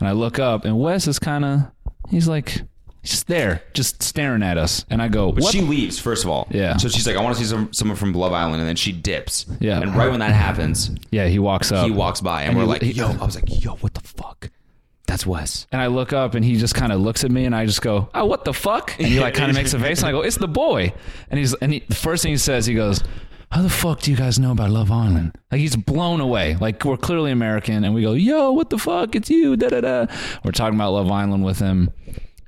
Speaker 2: and I look up, and Wes is kind of, he's like, he's just there, just staring at us, and I go,
Speaker 1: But
Speaker 2: what?
Speaker 1: she leaves first of all.
Speaker 2: Yeah.
Speaker 1: So she's like, I want to see some someone from Love Island, and then she dips.
Speaker 2: Yeah.
Speaker 1: And right when that happens,
Speaker 2: yeah, he walks up.
Speaker 1: he walks by, and,
Speaker 2: And
Speaker 1: we're
Speaker 2: he-
Speaker 1: like,
Speaker 2: he-
Speaker 1: Yo, I was like, Yo, what the fuck? That's Wes.
Speaker 2: And I look up and he just kind of looks at me and I just go, oh, what the fuck? And he like kind of makes a face and I go, it's the boy. And he's, and he, the first thing he says, he goes, how the fuck do you guys know about Love Island? Like he's blown away. Like we're clearly American and we go, yo, what the fuck? It's you. Da da da. We're talking about Love Island with him.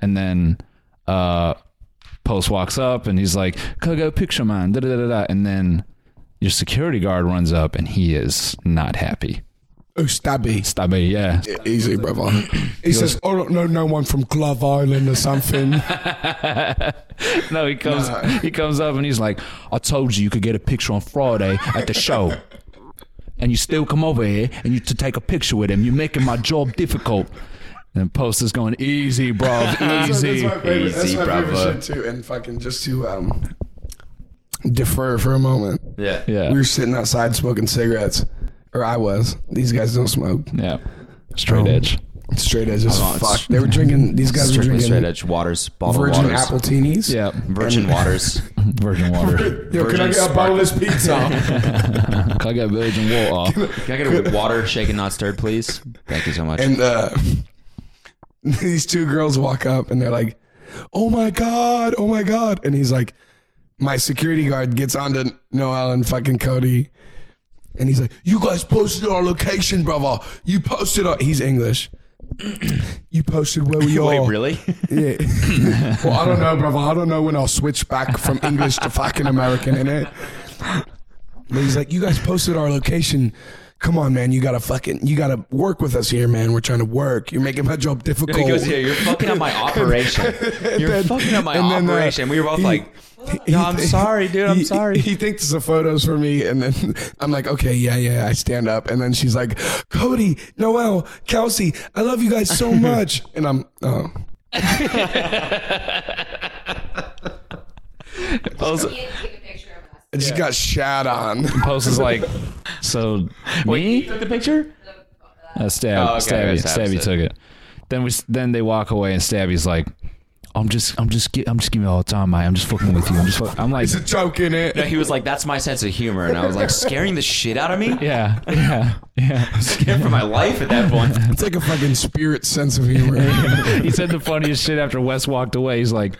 Speaker 2: And then, uh, Post walks up and he's like, go go picture man. Da da da da. And then your security guard runs up and he is not happy.
Speaker 3: Oh, stabby.
Speaker 2: Stabby. Yeah.
Speaker 3: Easy, brother. He says, I don't know no one from Glove Island or something.
Speaker 2: No, he comes. He comes up and he's like, "I told you you could get a picture on Friday at the show, and you still come over here and you to take a picture with him. You're making my job difficult." And post is going easy, bro, easy.
Speaker 3: favorite,
Speaker 1: Easy, brother.
Speaker 3: shit, too. And fucking just to um, defer for a moment,
Speaker 1: Yeah.
Speaker 2: yeah,
Speaker 3: we were sitting outside smoking cigarettes. Or I was. These guys don't smoke.
Speaker 2: yeah, straight edge.
Speaker 3: Straight edge as
Speaker 1: on,
Speaker 3: fuck. They were drinking, these guys were
Speaker 1: Strictly
Speaker 3: drinking
Speaker 1: straight edge waters, bottled
Speaker 3: virgin
Speaker 1: waters,
Speaker 3: apple teenies.
Speaker 2: Yeah,
Speaker 1: virgin waters.
Speaker 2: virgin water.
Speaker 3: Yo, can I
Speaker 1: Virgin
Speaker 3: get a boneless pizza?
Speaker 2: Can I get virgin water?
Speaker 1: Can I get a water shaken not stirred, please? Thank you so much.
Speaker 3: and uh, these two girls walk up and they're like, "Oh my god, oh my god!" And he's like, "My security guard gets onto Noel and fucking Cody." And he's like, "You guys posted our location, brother. You posted our." He's English. You posted where we
Speaker 1: Wait,
Speaker 3: are.
Speaker 1: really?
Speaker 3: Yeah. well, I don't know, brother. I don't know when I'll switch back from English to fucking American in it. But he's like, you guys posted our location. Come on, man. You gotta fucking, you gotta work with us here, man. We're trying to work. You're making my job difficult.
Speaker 1: he goes, yeah, you're fucking up my operation. You're fucking up my
Speaker 3: and then, uh,
Speaker 1: operation. we were both
Speaker 3: he-
Speaker 1: like, No, I'm sorry, dude. I'm
Speaker 3: he-
Speaker 1: sorry.
Speaker 3: He thinks the photos for me, and then I'm like, okay, yeah, yeah. I stand up, and then she's like, Cody, Noel, Kelsey, I love you guys so much, and I'm, oh,
Speaker 2: Post,
Speaker 3: I just got shat on.
Speaker 2: Post is like, so me?
Speaker 1: took the picture?
Speaker 2: Uh, stab,
Speaker 1: Oh, okay,
Speaker 2: stabby,
Speaker 1: Stab, Stab.
Speaker 2: stabby took it. Then we s- then they walk away and Stabby's like, I'm just I'm just gi- I'm just giving you all the time, mate. I'm just fucking with you. I'm just fuck-" I'm like,
Speaker 3: It's a joke in it.
Speaker 1: No, he was like, "That's my sense of humor," and I was like, "Scaring the shit out of me?
Speaker 2: yeah, yeah, yeah.
Speaker 1: Scared for my life at that point."
Speaker 3: It's like a fucking spirit sense of humor.
Speaker 2: he said the funniest shit after Wes walked away. He's like,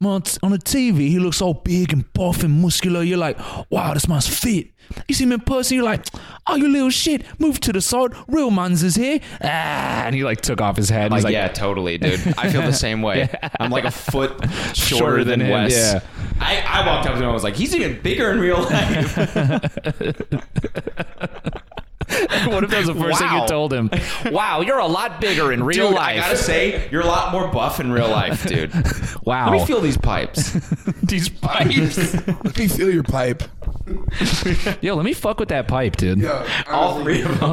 Speaker 2: "Man, on t- on the TV, he looks all big and buff and muscular. You're like, wow, this man's fit. You see him in person, you're like, oh, you little shit, move to the side. Real man's is here. Ah, and he like took off his hat. and
Speaker 1: Like,
Speaker 2: he's like,
Speaker 1: yeah, totally, dude. I feel the same way. I'm like a foot shorter, than,
Speaker 2: than him,
Speaker 1: Wes.
Speaker 2: yeah.
Speaker 1: I, I walked up to him and was like, he's even bigger in real life.
Speaker 2: what if that was the first thing
Speaker 1: Wow.
Speaker 2: you told him?
Speaker 1: wow, you're a lot bigger in real
Speaker 2: life.
Speaker 1: I gotta say, you're a lot more buff in real life, dude.
Speaker 2: Wow.
Speaker 1: Let me feel these pipes.
Speaker 2: these pipes.
Speaker 3: Let me feel your pipe.
Speaker 2: Yo, let me fuck with that pipe, dude.
Speaker 1: All three of them.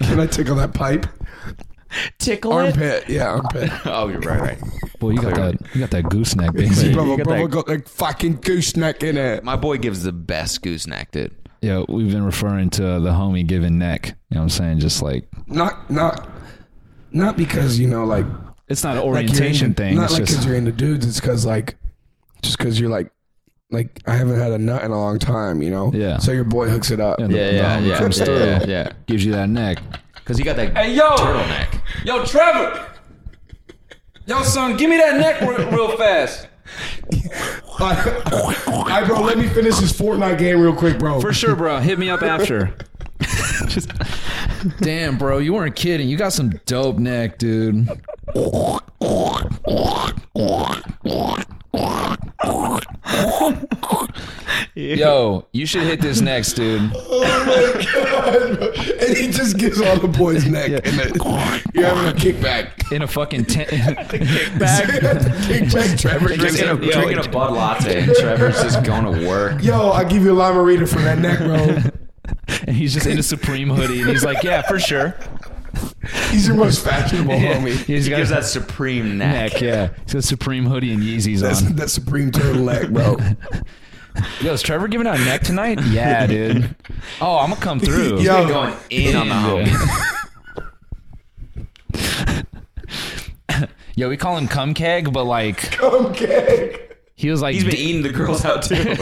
Speaker 3: Can I tickle that pipe?
Speaker 1: Tickle
Speaker 3: Armpit. Yeah, armpit.
Speaker 1: Oh, you're right, right.
Speaker 2: Boy, you got
Speaker 1: Clearly.
Speaker 2: that. You got that gooseneck, baby.
Speaker 3: Brother,
Speaker 1: got
Speaker 3: brother
Speaker 1: that-
Speaker 3: got that fucking gooseneck in it.
Speaker 1: My boy gives the best gooseneck, dude.
Speaker 2: yeah, we've been referring to the homie giving neck. You know what I'm saying? Just like
Speaker 3: Not, not, not because, you know, like,
Speaker 2: it's not an
Speaker 3: like you're
Speaker 2: orientation
Speaker 3: into-
Speaker 2: thing.
Speaker 3: Not
Speaker 2: it's
Speaker 3: like
Speaker 2: just
Speaker 3: because you're into dudes. It's because like, just because you're like, like I haven't had a nut in a long time. You know.
Speaker 2: Yeah.
Speaker 3: So your boy hooks it up.
Speaker 2: Yeah, the- the
Speaker 1: Um,
Speaker 2: homie comes through,
Speaker 1: yeah.
Speaker 2: gives you that neck.
Speaker 1: Because he got that
Speaker 7: Hey, yo.
Speaker 1: turtleneck.
Speaker 7: Yo, Trevor! Yo, son, give me that neck re- real fast.
Speaker 3: All right, bro. Let me finish this Fortnite game real quick, bro.
Speaker 2: For sure, bro. Hit me up after. Just- damn, bro, you weren't kidding. You got some dope neck, dude. Yo, you should hit this next, dude.
Speaker 3: and he just gives all the boys neck. And then you're having a kickback.
Speaker 2: In a fucking tent.
Speaker 3: kickback, Trevor.
Speaker 1: Drinking a, drinking a Bud Latte, and Trevor's just going to work.
Speaker 3: Yo, I give you a lima reader for that neck, bro.
Speaker 2: and he's just in a Supreme hoodie, and he's like, "Yeah, for sure."
Speaker 3: He's your most fashionable homie.
Speaker 2: He's
Speaker 1: He
Speaker 2: got
Speaker 1: gives
Speaker 2: that
Speaker 1: that supreme neck.
Speaker 2: neck, yeah. He's got a Supreme hoodie and Yeezys
Speaker 3: That's
Speaker 2: on.
Speaker 3: that supreme turtleneck, bro.
Speaker 2: Yo, is Trevor giving out neck tonight? Yeah, dude. Oh, I'm gonna come through.
Speaker 3: Yo.
Speaker 1: He's been going in on the homie.
Speaker 2: Yo, we call him cum keg, but like
Speaker 3: Okay.
Speaker 2: he was like,
Speaker 1: He's been eating the girls out too.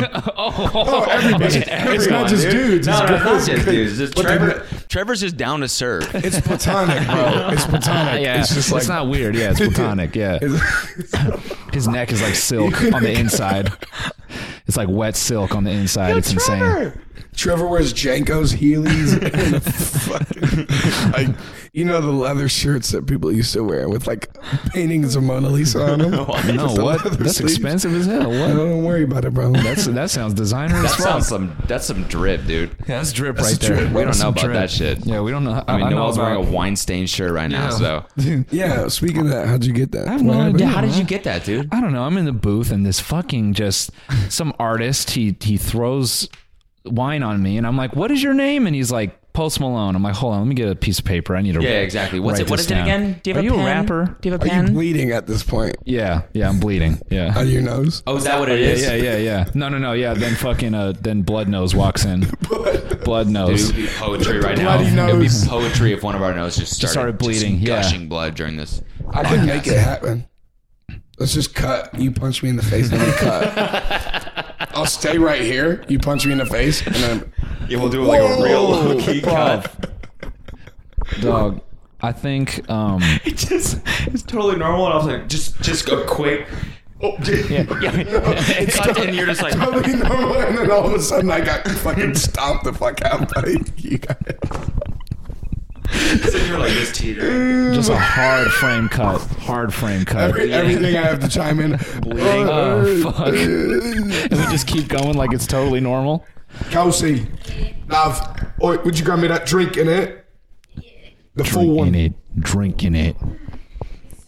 Speaker 3: Oh, everybody. it's not just dudes.
Speaker 1: No,
Speaker 3: it's
Speaker 1: no, it's
Speaker 3: girls.
Speaker 1: not just dudes. It's
Speaker 3: But they're
Speaker 1: Trevor, Trevor's just down to serve.
Speaker 3: It's platonic, bro. It's platonic.
Speaker 2: Ah, yeah,
Speaker 3: It's just like
Speaker 2: not weird. Yeah, it's platonic. Yeah, his neck is like silk on the inside. It's like wet silk on the inside. it's insane.
Speaker 3: Trevor wears Jankos, Heelys, and a fucking like you know the leather shirts that people used to wear with like paintings of Mona Lisa on them.
Speaker 2: No,
Speaker 3: Just the
Speaker 2: what?
Speaker 3: leather
Speaker 2: That's
Speaker 3: sleeves.
Speaker 2: expensive as hell.
Speaker 3: No,
Speaker 2: What?
Speaker 3: Don't worry about it, bro.
Speaker 2: That's that sounds designer
Speaker 1: That
Speaker 2: as fuck.
Speaker 1: sounds some. That's some drip, dude.
Speaker 2: yeah, that's drip
Speaker 3: That's
Speaker 2: right there.
Speaker 3: drip.
Speaker 1: We don't know
Speaker 2: Some
Speaker 1: about
Speaker 2: drip.
Speaker 1: that shit.
Speaker 2: Yeah, we don't know.
Speaker 1: I mean,
Speaker 2: know
Speaker 1: Noel's wearing
Speaker 2: about-
Speaker 1: a wine stained shirt right now,
Speaker 2: Yeah.
Speaker 1: so
Speaker 3: yeah. Speaking of that, how'd you get that?
Speaker 2: I have no
Speaker 3: What happened?
Speaker 2: idea.
Speaker 1: how did you get that, dude?
Speaker 2: I don't know. I'm in the booth and this fucking just some artist he he throws wine on me and I'm like, "What is your name?" And he's like, "Post Malone." I'm like, "Hold on, let me get a piece of paper. I need to
Speaker 1: Yeah, exactly. What's
Speaker 2: write
Speaker 1: it? What
Speaker 2: this
Speaker 1: is it
Speaker 2: down.
Speaker 1: again? Do you have
Speaker 2: Are
Speaker 1: a
Speaker 2: you
Speaker 1: pen?
Speaker 2: a rapper?
Speaker 1: Do you have a
Speaker 3: Are you
Speaker 1: pen?
Speaker 3: bleeding at this point?
Speaker 2: Yeah, yeah, I'm bleeding. Yeah.
Speaker 3: On your nose?
Speaker 1: oh, is that what it
Speaker 2: Yeah,
Speaker 1: is?
Speaker 2: yeah, yeah, yeah. No, no, no. Yeah, then fucking uh, then Blood Nose walks in. Blood
Speaker 1: Dude, it
Speaker 2: Nose.
Speaker 1: would be poetry right now.
Speaker 3: bloody
Speaker 1: It would be
Speaker 3: nose.
Speaker 1: poetry if one of our noses just started,
Speaker 2: started bleeding,
Speaker 1: just
Speaker 2: yeah.
Speaker 1: gushing blood during this.
Speaker 3: I can make it happen. Let's just cut. You punch me in the face, then we cut. I'll stay right here. You punch me in the face, and then
Speaker 1: Yeah, we'll do like a real low key cut.
Speaker 2: Dog. I think um
Speaker 1: It just it's totally normal, and I was like, just just a quick. Oh, it's cut, and you're just like,
Speaker 3: Probably normal, and then all of a sudden I got fucking stomped the fuck out by you guys.
Speaker 1: sitting here like this teeter.
Speaker 2: just a hard frame cut. Hard frame cut.
Speaker 3: Every- Everything I have to chime in. Uh,
Speaker 2: Oh fuck. and we just keep going like it's totally normal.
Speaker 3: Kelsey, love, oi, would you grab me that drink in it? The full one.
Speaker 2: it. Drinking it.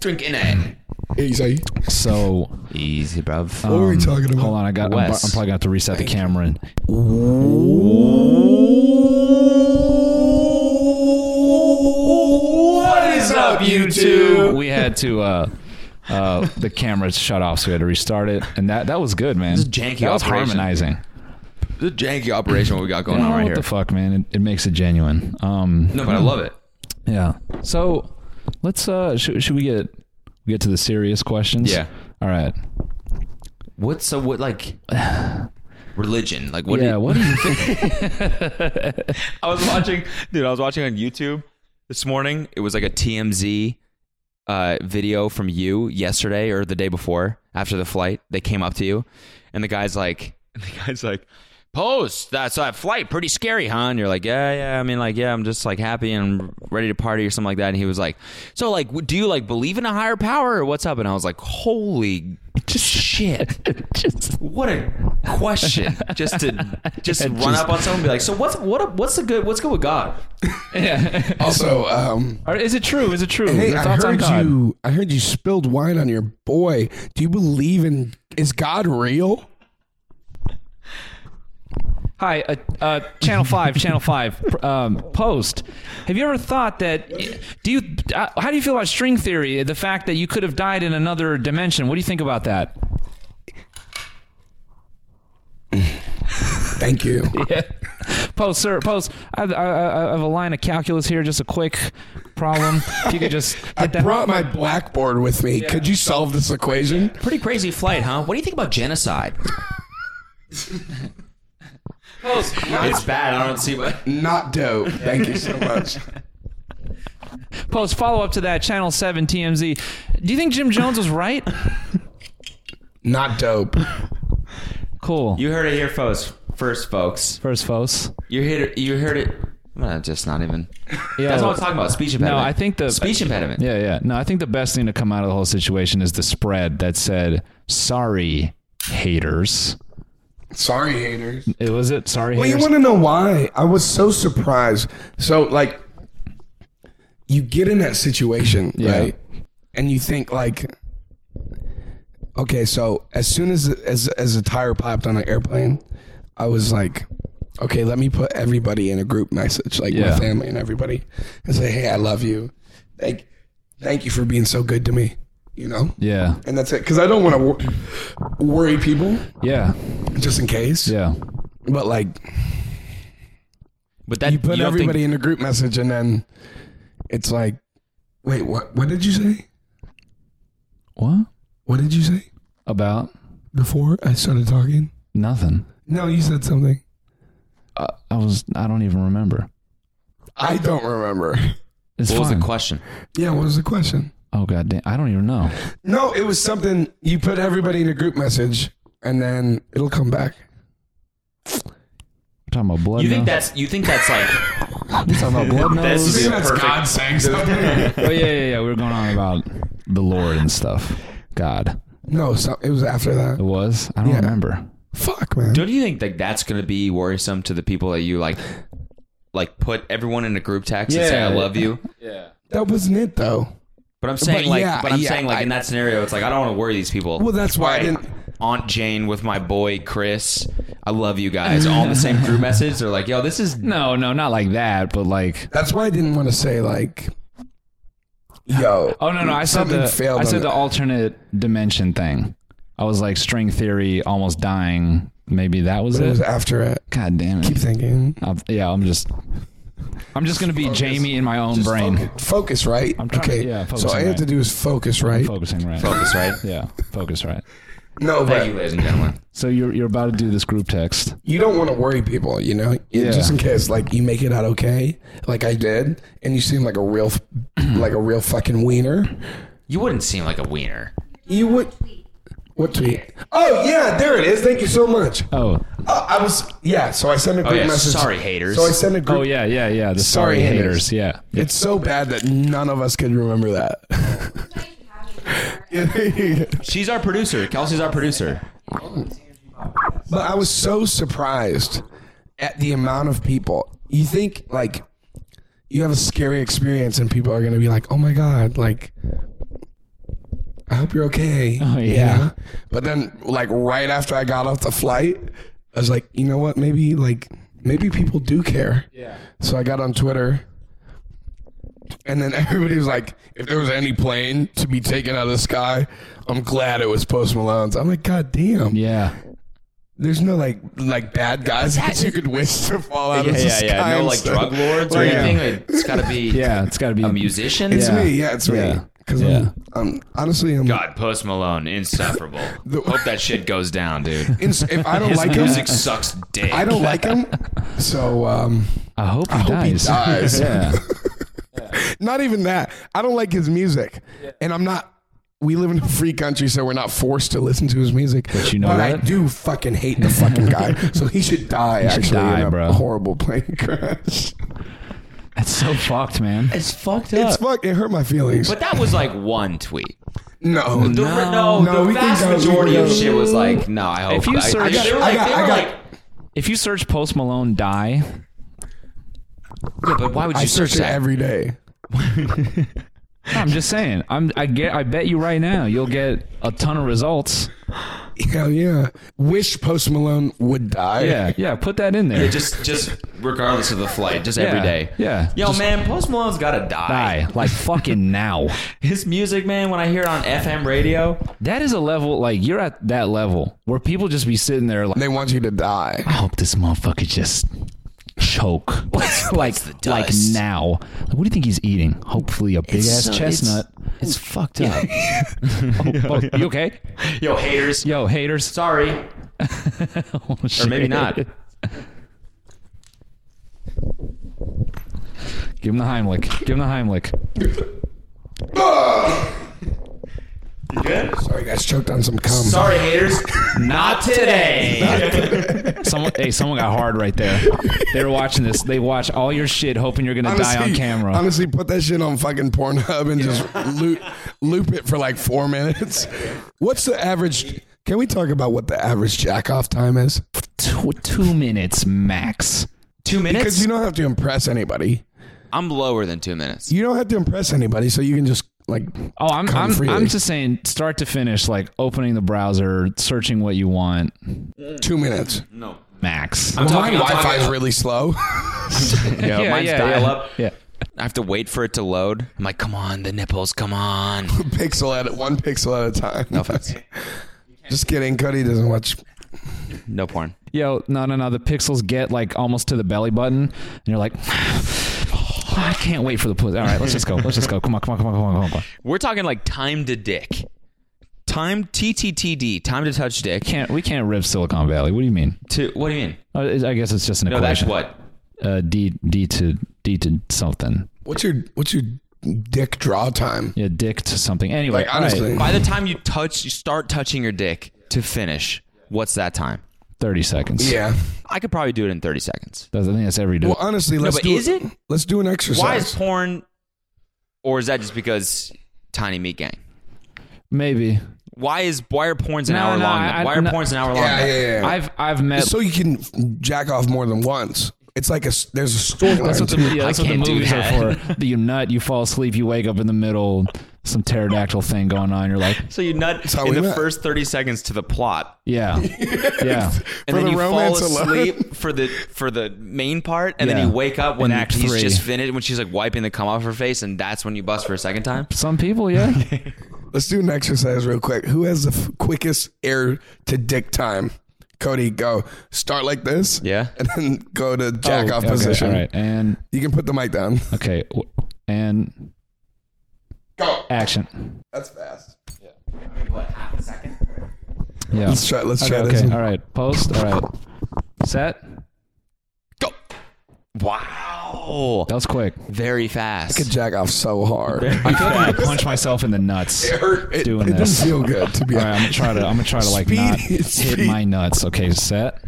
Speaker 1: Drink in it.
Speaker 3: Easy.
Speaker 2: So
Speaker 1: Easy, bruv.
Speaker 2: Oh.
Speaker 3: What were we talking about?
Speaker 2: Um, hold on, I got. I'm,
Speaker 1: Wes.
Speaker 2: I'm probably got to reset the camera. And,
Speaker 3: What is up, YouTube?
Speaker 2: we had to. Uh, uh, the camera shut off, so we had to restart it, and that that was good, man.
Speaker 1: This is janky
Speaker 2: that was
Speaker 1: operation.
Speaker 2: harmonizing.
Speaker 1: The janky operation what we got going
Speaker 2: Oh,
Speaker 1: on right
Speaker 2: what
Speaker 1: here.
Speaker 2: the fuck, man? It, it makes it genuine. Um,
Speaker 1: no, but I love it.
Speaker 2: Yeah. So let's uh should, should we get get to the serious questions?
Speaker 1: Yeah.
Speaker 2: All right.
Speaker 1: What's so what like religion? Like what? do
Speaker 2: yeah,
Speaker 1: you-
Speaker 2: what do you think?
Speaker 1: I was watching, dude. I was watching on YouTube this morning. It was like a TMZ uh, video from you yesterday or the day before after the flight. They came up to you, and the guy's like, the guy's like, "Post that's that flight pretty scary, huh?" And you're like, "Yeah, yeah. I mean, like, yeah. I'm just like happy and I'm ready to party or something like that." And he was like, "So, like, w- do you like believe in a higher power or what's up?" And I was like, "Holy." shit! what a question! Just to just run up on someone and be like, so what's what what's the good what's good with God?
Speaker 3: Also, um,
Speaker 2: Or is it true? Is it true?
Speaker 3: hey,
Speaker 2: Your
Speaker 3: I
Speaker 2: thoughts on
Speaker 3: heard
Speaker 2: God?
Speaker 3: you. I heard you spilled wine on your boy. Do you believe in? Is God real?
Speaker 2: Hi, uh, uh, Channel Five, Channel Five. pr- Um, post. Have you ever thought that? Do you? Uh, how do you feel about string theory? The fact that you could have died in another dimension. What do you think about that?
Speaker 3: Thank you.
Speaker 2: Post, sir. Post. I have, I, I I have a line of calculus here. Just a quick problem. If you could just hit
Speaker 3: I
Speaker 2: that.
Speaker 3: brought my blackboard with me. Could you solve this equation?
Speaker 1: Pretty crazy flight, huh? What do you think about genocide? it's bad. I don't see what.
Speaker 3: Not dope. Thank you so much.
Speaker 2: Post follow up to that. Channel Seven, TMZ. Do you think Jim Jones was right?
Speaker 3: Not dope.
Speaker 2: Cool.
Speaker 1: You heard it here folks. First, folks.
Speaker 2: First, folks.
Speaker 1: You heard it. You heard it. I'm gonna just not even.
Speaker 2: Yeah.
Speaker 1: That's what I'm talking about. Speech impediment.
Speaker 2: I think the-
Speaker 1: speech impediment.
Speaker 2: Yeah, yeah. No, I think the best thing to come out of the whole situation is the spread that said, "Sorry, haters."
Speaker 3: Sorry, haters.
Speaker 2: It was it. Sorry,
Speaker 3: Well, you
Speaker 2: haters.
Speaker 3: want to know why? I was so surprised. So, like, you get in that situation,
Speaker 2: Yeah.
Speaker 3: right? And you think, like, okay, so as soon as as as a tire popped on an airplane, I was like, okay, let me put everybody in a group message, like
Speaker 2: Yeah.
Speaker 3: my family and everybody, and say, hey, I love you. Thank, thank you for being so good to me. You know.
Speaker 2: yeah,
Speaker 3: And that's it, because I don't want to wor- worry people
Speaker 2: yeah,
Speaker 3: just in case.
Speaker 2: yeah.
Speaker 3: But like,
Speaker 1: But that
Speaker 3: you put
Speaker 1: don't think-
Speaker 3: everybody in a group message and then it's like wait what what did you say
Speaker 2: What
Speaker 3: what did you say
Speaker 2: about
Speaker 3: before i started talking
Speaker 2: nothing?
Speaker 3: no you said something
Speaker 2: Uh, I was. I don't even remember.
Speaker 3: i don't remember
Speaker 2: It's
Speaker 1: what was the
Speaker 2: fine.
Speaker 1: question?
Speaker 3: yeah what was the question
Speaker 2: oh god damn! I don't even know.
Speaker 3: no it was something you put everybody in a group message and then it'll come back
Speaker 2: We're talking about blood.
Speaker 1: You think
Speaker 2: now?
Speaker 1: that's you think that's like
Speaker 2: We're talking about blood
Speaker 1: That's
Speaker 2: nose?
Speaker 1: the- Perfect.
Speaker 3: saying something
Speaker 2: oh yeah, yeah, yeah. We were going on about the Lord and stuff. God,
Speaker 3: no so it was after
Speaker 2: it
Speaker 3: that
Speaker 2: was. I don't
Speaker 3: Yeah.
Speaker 2: remember.
Speaker 3: fuck man
Speaker 1: Don't you think like that's going to be worrisome to the people that you like, like put everyone in a group text and say
Speaker 2: Yeah.
Speaker 1: I love you?
Speaker 3: that wasn't it though
Speaker 1: But I'm saying
Speaker 3: But
Speaker 1: like,
Speaker 3: yeah,
Speaker 1: but I'm
Speaker 3: yeah,
Speaker 1: saying like
Speaker 3: I-
Speaker 1: in that scenario, it's like I don't want to worry these people.
Speaker 3: well that's why i
Speaker 1: Right.
Speaker 3: didn't
Speaker 1: Aunt Jane with my boy Chris. I love you guys. All in the same group message. They're like, yo, this is
Speaker 2: No, no, not like that. But like,
Speaker 3: that's why i didn't want to say like yo
Speaker 2: Oh no no! I said
Speaker 3: Something
Speaker 2: the
Speaker 3: failed
Speaker 2: I
Speaker 3: on
Speaker 2: said the
Speaker 3: that.
Speaker 2: alternate dimension thing. I was like string theory, almost dying. Maybe that was
Speaker 3: but it was
Speaker 2: it.
Speaker 3: after it
Speaker 2: God damn
Speaker 3: keep
Speaker 2: it!
Speaker 3: thinking
Speaker 2: I'm, yeah, I'm just I'm just gonna be Jamie in my own
Speaker 3: Just
Speaker 2: brain.
Speaker 3: Focus, focus, right?
Speaker 2: I'm trying-
Speaker 3: okay.
Speaker 2: yeah,
Speaker 3: so
Speaker 2: focusing
Speaker 3: all you have
Speaker 2: right.
Speaker 3: to do is focus, right?
Speaker 2: Focusing right.
Speaker 1: focus, right?
Speaker 2: Yeah, focus right.
Speaker 3: No,
Speaker 1: Thank you,
Speaker 3: but
Speaker 1: ladies and gentlemen.
Speaker 2: So you're you're about to do this group text.
Speaker 3: you don't want to worry people, you know?
Speaker 2: Yeah.
Speaker 3: Just in case, like, you make it out okay, like I did, and you seem like a real, like a real fucking wiener.
Speaker 1: You wouldn't seem like a wiener.
Speaker 3: You would. What tweet? Oh yeah, there it is. Thank you so much.
Speaker 2: Oh
Speaker 3: Uh, I was yeah. So I sent a group
Speaker 1: yeah,
Speaker 3: message.
Speaker 1: sorry, haters.
Speaker 3: So I sent a group.
Speaker 2: oh yeah yeah yeah. The
Speaker 3: Sorry,
Speaker 2: sorry, haters.
Speaker 3: haters.
Speaker 2: Yeah.
Speaker 3: It's so bad that none of us can remember that.
Speaker 1: She's our producer. Kelsey's our producer.
Speaker 3: But I was so surprised at the amount of people. You think like you have a scary experience and people are going to be like, "Oh my god, like I hope you're okay."
Speaker 2: Oh,
Speaker 3: you
Speaker 2: yeah.
Speaker 3: know? But then like right after I got off the flight, I was like, "You know what? Maybe like maybe people do care." Yeah. So I got on Twitter and then everybody was like, if there was any plane to be taken out of the sky, I'm glad it was Post Malone's. I'm like, God damn.
Speaker 2: Yeah.
Speaker 3: There's no like like bad guys that you could wish to fall out of the
Speaker 1: yeah,
Speaker 3: sky.
Speaker 1: yeah. No
Speaker 3: and
Speaker 1: like
Speaker 3: stuff.
Speaker 1: drug lords or
Speaker 3: Like,
Speaker 1: anything. Like, it's got to be
Speaker 2: Yeah, it's got to be
Speaker 1: a musician.
Speaker 3: It's
Speaker 2: Yeah.
Speaker 3: me. Yeah, it's me.
Speaker 2: Yeah.
Speaker 3: Because
Speaker 2: Yeah.
Speaker 3: I'm, I'm honestly I'm.
Speaker 1: God, Post Malone, insufferable. Hope that shit goes down, dude.
Speaker 3: ins- if I don't
Speaker 1: His
Speaker 3: like him,
Speaker 1: music sucks dick.
Speaker 3: I don't like him. So um,
Speaker 2: I hope he
Speaker 3: I hope he
Speaker 2: dies.
Speaker 3: dies.
Speaker 2: yeah,
Speaker 3: not even that. I don't like his music, and I'm not. We live in a free country, so we're not forced to listen to his music. But
Speaker 2: you know
Speaker 3: I
Speaker 2: what?
Speaker 3: do fucking hate the fucking guy, so he should die.
Speaker 2: should
Speaker 3: actually,
Speaker 2: die,
Speaker 3: in a
Speaker 2: bro.
Speaker 3: horrible plane crash.
Speaker 2: that's so fucked, man.
Speaker 4: It's fucked
Speaker 3: It's fuck. It hurt my feelings.
Speaker 1: But that was like one tweet.
Speaker 3: no,
Speaker 1: The, no,
Speaker 3: No,
Speaker 1: the
Speaker 3: we can
Speaker 1: vast
Speaker 3: go, we can
Speaker 1: majority of
Speaker 3: go.
Speaker 1: shit was like, no, I hope
Speaker 2: If you
Speaker 1: I,
Speaker 2: search-
Speaker 1: they were
Speaker 3: I
Speaker 1: like,
Speaker 3: got-
Speaker 1: they
Speaker 3: I
Speaker 1: were
Speaker 3: got-
Speaker 1: like,
Speaker 2: If you search Post Malone die,
Speaker 1: yeah, but why would you
Speaker 3: I search it
Speaker 1: that?
Speaker 3: every day.
Speaker 2: I'm just saying. I'm. I get. I bet you right now you'll get a ton of results.
Speaker 3: Hell yeah! Wish Post Malone would die.
Speaker 2: Yeah, yeah. Put that in there.
Speaker 1: Yeah, just just regardless of the flight, just every
Speaker 2: Yeah,
Speaker 1: day.
Speaker 2: yeah.
Speaker 1: Yo,
Speaker 2: Just-
Speaker 1: man, Post Malone's gotta die.
Speaker 2: die like fucking now.
Speaker 1: His music, man, when I hear it on FM radio,
Speaker 2: That is a level like you're at that level where people just be sitting there like,
Speaker 3: They want you to die.
Speaker 2: I hope this motherfucker just choke like like, like
Speaker 1: dust.
Speaker 2: now. Like, what do you think he's eating? Hopefully a big ass
Speaker 1: so- it's-
Speaker 2: chestnut. It's, fucked up. Oh, oh, you okay?
Speaker 1: yo, haters,
Speaker 2: Yo, haters.
Speaker 1: sorry,
Speaker 2: Oh,
Speaker 1: or
Speaker 2: shit.
Speaker 1: maybe not.
Speaker 2: Give him the Heimlich. Give him the Heimlich.
Speaker 3: Sorry, guys, choked on some cum.
Speaker 1: Sorry, haters, not today.
Speaker 2: Someone, hey, someone got hard right there. They're watching this. They watch all your shit, hoping you're gonna die on camera.
Speaker 3: Honestly, put that shit on fucking Pornhub and just loop, loop it for like four minutes. What's the average? Can we talk about what the average jack off time is?
Speaker 2: two, two minutes max.
Speaker 1: two minutes?
Speaker 3: Because you don't have to impress anybody.
Speaker 1: I'm lower than two minutes.
Speaker 3: You don't have to impress anybody, so you can just like.
Speaker 2: Oh, I'm
Speaker 3: Come
Speaker 2: I'm,
Speaker 3: freely.
Speaker 2: I'm just saying, start to finish, like opening the browser, searching what you want,
Speaker 3: two minutes.
Speaker 1: No.
Speaker 2: max.
Speaker 1: I'm
Speaker 3: My
Speaker 1: talking, I'm
Speaker 3: Wi Fi is
Speaker 1: talking,
Speaker 3: really slow.
Speaker 1: yo, mine's dial up.
Speaker 2: Yeah.
Speaker 1: I have to wait for it to load. I'm like, come on, the nipples, come on.
Speaker 3: pixel at it, one pixel at a time.
Speaker 1: No offense.
Speaker 3: Just kidding. Cody doesn't watch.
Speaker 1: No porn.
Speaker 2: Yo, no, no, no. The pixels get like almost to the belly button, and you're like, I can't wait for the pussy. All right, let's just go. Let's just go. Come on, come on, come on, come on, come on. Come on.
Speaker 1: We're talking like time to dick. Time TTTD, time to touch dick.
Speaker 2: Can't we can't rip Silicon Valley? What do you mean?
Speaker 1: To what do you mean?
Speaker 2: Uh, I guess it's just an
Speaker 1: No, that's
Speaker 2: equation.
Speaker 1: what.
Speaker 2: Uh, D D to D to something.
Speaker 3: What's your what's your dick draw time?
Speaker 2: Yeah, dick to something. Anyway,
Speaker 3: Like
Speaker 2: all right,
Speaker 3: honestly,
Speaker 1: By the time you touch, you start touching your dick to finish. What's that time?
Speaker 2: thirty seconds.
Speaker 3: yeah.
Speaker 1: I could probably do it in 30 seconds.
Speaker 2: That's- I think that's every day.
Speaker 3: Well, honestly, let's
Speaker 1: but
Speaker 3: do
Speaker 1: is it?
Speaker 3: Let's do an exercise.
Speaker 1: Why is porn, or is that just because Tiny Meat Gang?
Speaker 2: Maybe.
Speaker 1: Why is why are porns an
Speaker 2: No,
Speaker 1: hour
Speaker 2: no,
Speaker 1: long?
Speaker 2: I-
Speaker 1: now? why are
Speaker 2: no.
Speaker 1: porns an hour long?
Speaker 3: yeah,
Speaker 1: now?
Speaker 3: yeah, yeah.
Speaker 2: I've I've met
Speaker 3: so you can jack off more than once. It's like a s- there's a storyline. to it.
Speaker 2: Yeah, that's
Speaker 1: I
Speaker 2: what the
Speaker 1: can't do
Speaker 2: movies are
Speaker 1: that.
Speaker 2: for. You nut, you fall asleep, you wake up in the middle, some pterodactyl thing going on. You're like,
Speaker 1: So you nut
Speaker 3: how
Speaker 1: in
Speaker 3: we
Speaker 1: the
Speaker 3: met.
Speaker 1: first 30 seconds to the plot,
Speaker 2: yeah, yeah.
Speaker 1: and
Speaker 3: For
Speaker 1: then
Speaker 3: the
Speaker 1: you fall
Speaker 3: romance alone.
Speaker 1: asleep for the for the main part, and
Speaker 2: Yeah.
Speaker 1: then you wake up when
Speaker 2: In act
Speaker 1: he's
Speaker 2: three.
Speaker 1: just finished when she's like wiping the cum off her face, and that's when you bust for a second time.
Speaker 2: Some people, yeah.
Speaker 3: Let's do an exercise real quick. Who has the f- quickest air to dick time? Cody, go start like this.
Speaker 1: Yeah. Oh,
Speaker 3: and then go to jack off
Speaker 2: Oh, Okay,
Speaker 3: position.
Speaker 2: All right, and
Speaker 3: You can put the mic down.
Speaker 2: okay, w- and
Speaker 3: Go.
Speaker 2: action.
Speaker 3: That's fast.
Speaker 2: Yeah.
Speaker 3: Let's try. Let's
Speaker 2: okay,
Speaker 3: try
Speaker 2: okay.
Speaker 3: this.
Speaker 2: All right. Post. All right. Set.
Speaker 1: Go! Wow,
Speaker 2: That was quick.
Speaker 1: very fast.
Speaker 3: Could jack off so hard.
Speaker 2: I feel like I punched myself in the nuts.
Speaker 3: It hurt. It,
Speaker 2: Doing
Speaker 3: it
Speaker 2: this.
Speaker 3: doesn't feel good to be
Speaker 2: All right, I'm
Speaker 3: honest.
Speaker 2: gonna try to. I'm gonna try to like
Speaker 3: Speed
Speaker 2: not
Speaker 3: is
Speaker 2: hit
Speaker 3: speed.
Speaker 2: my nuts. Okay, set.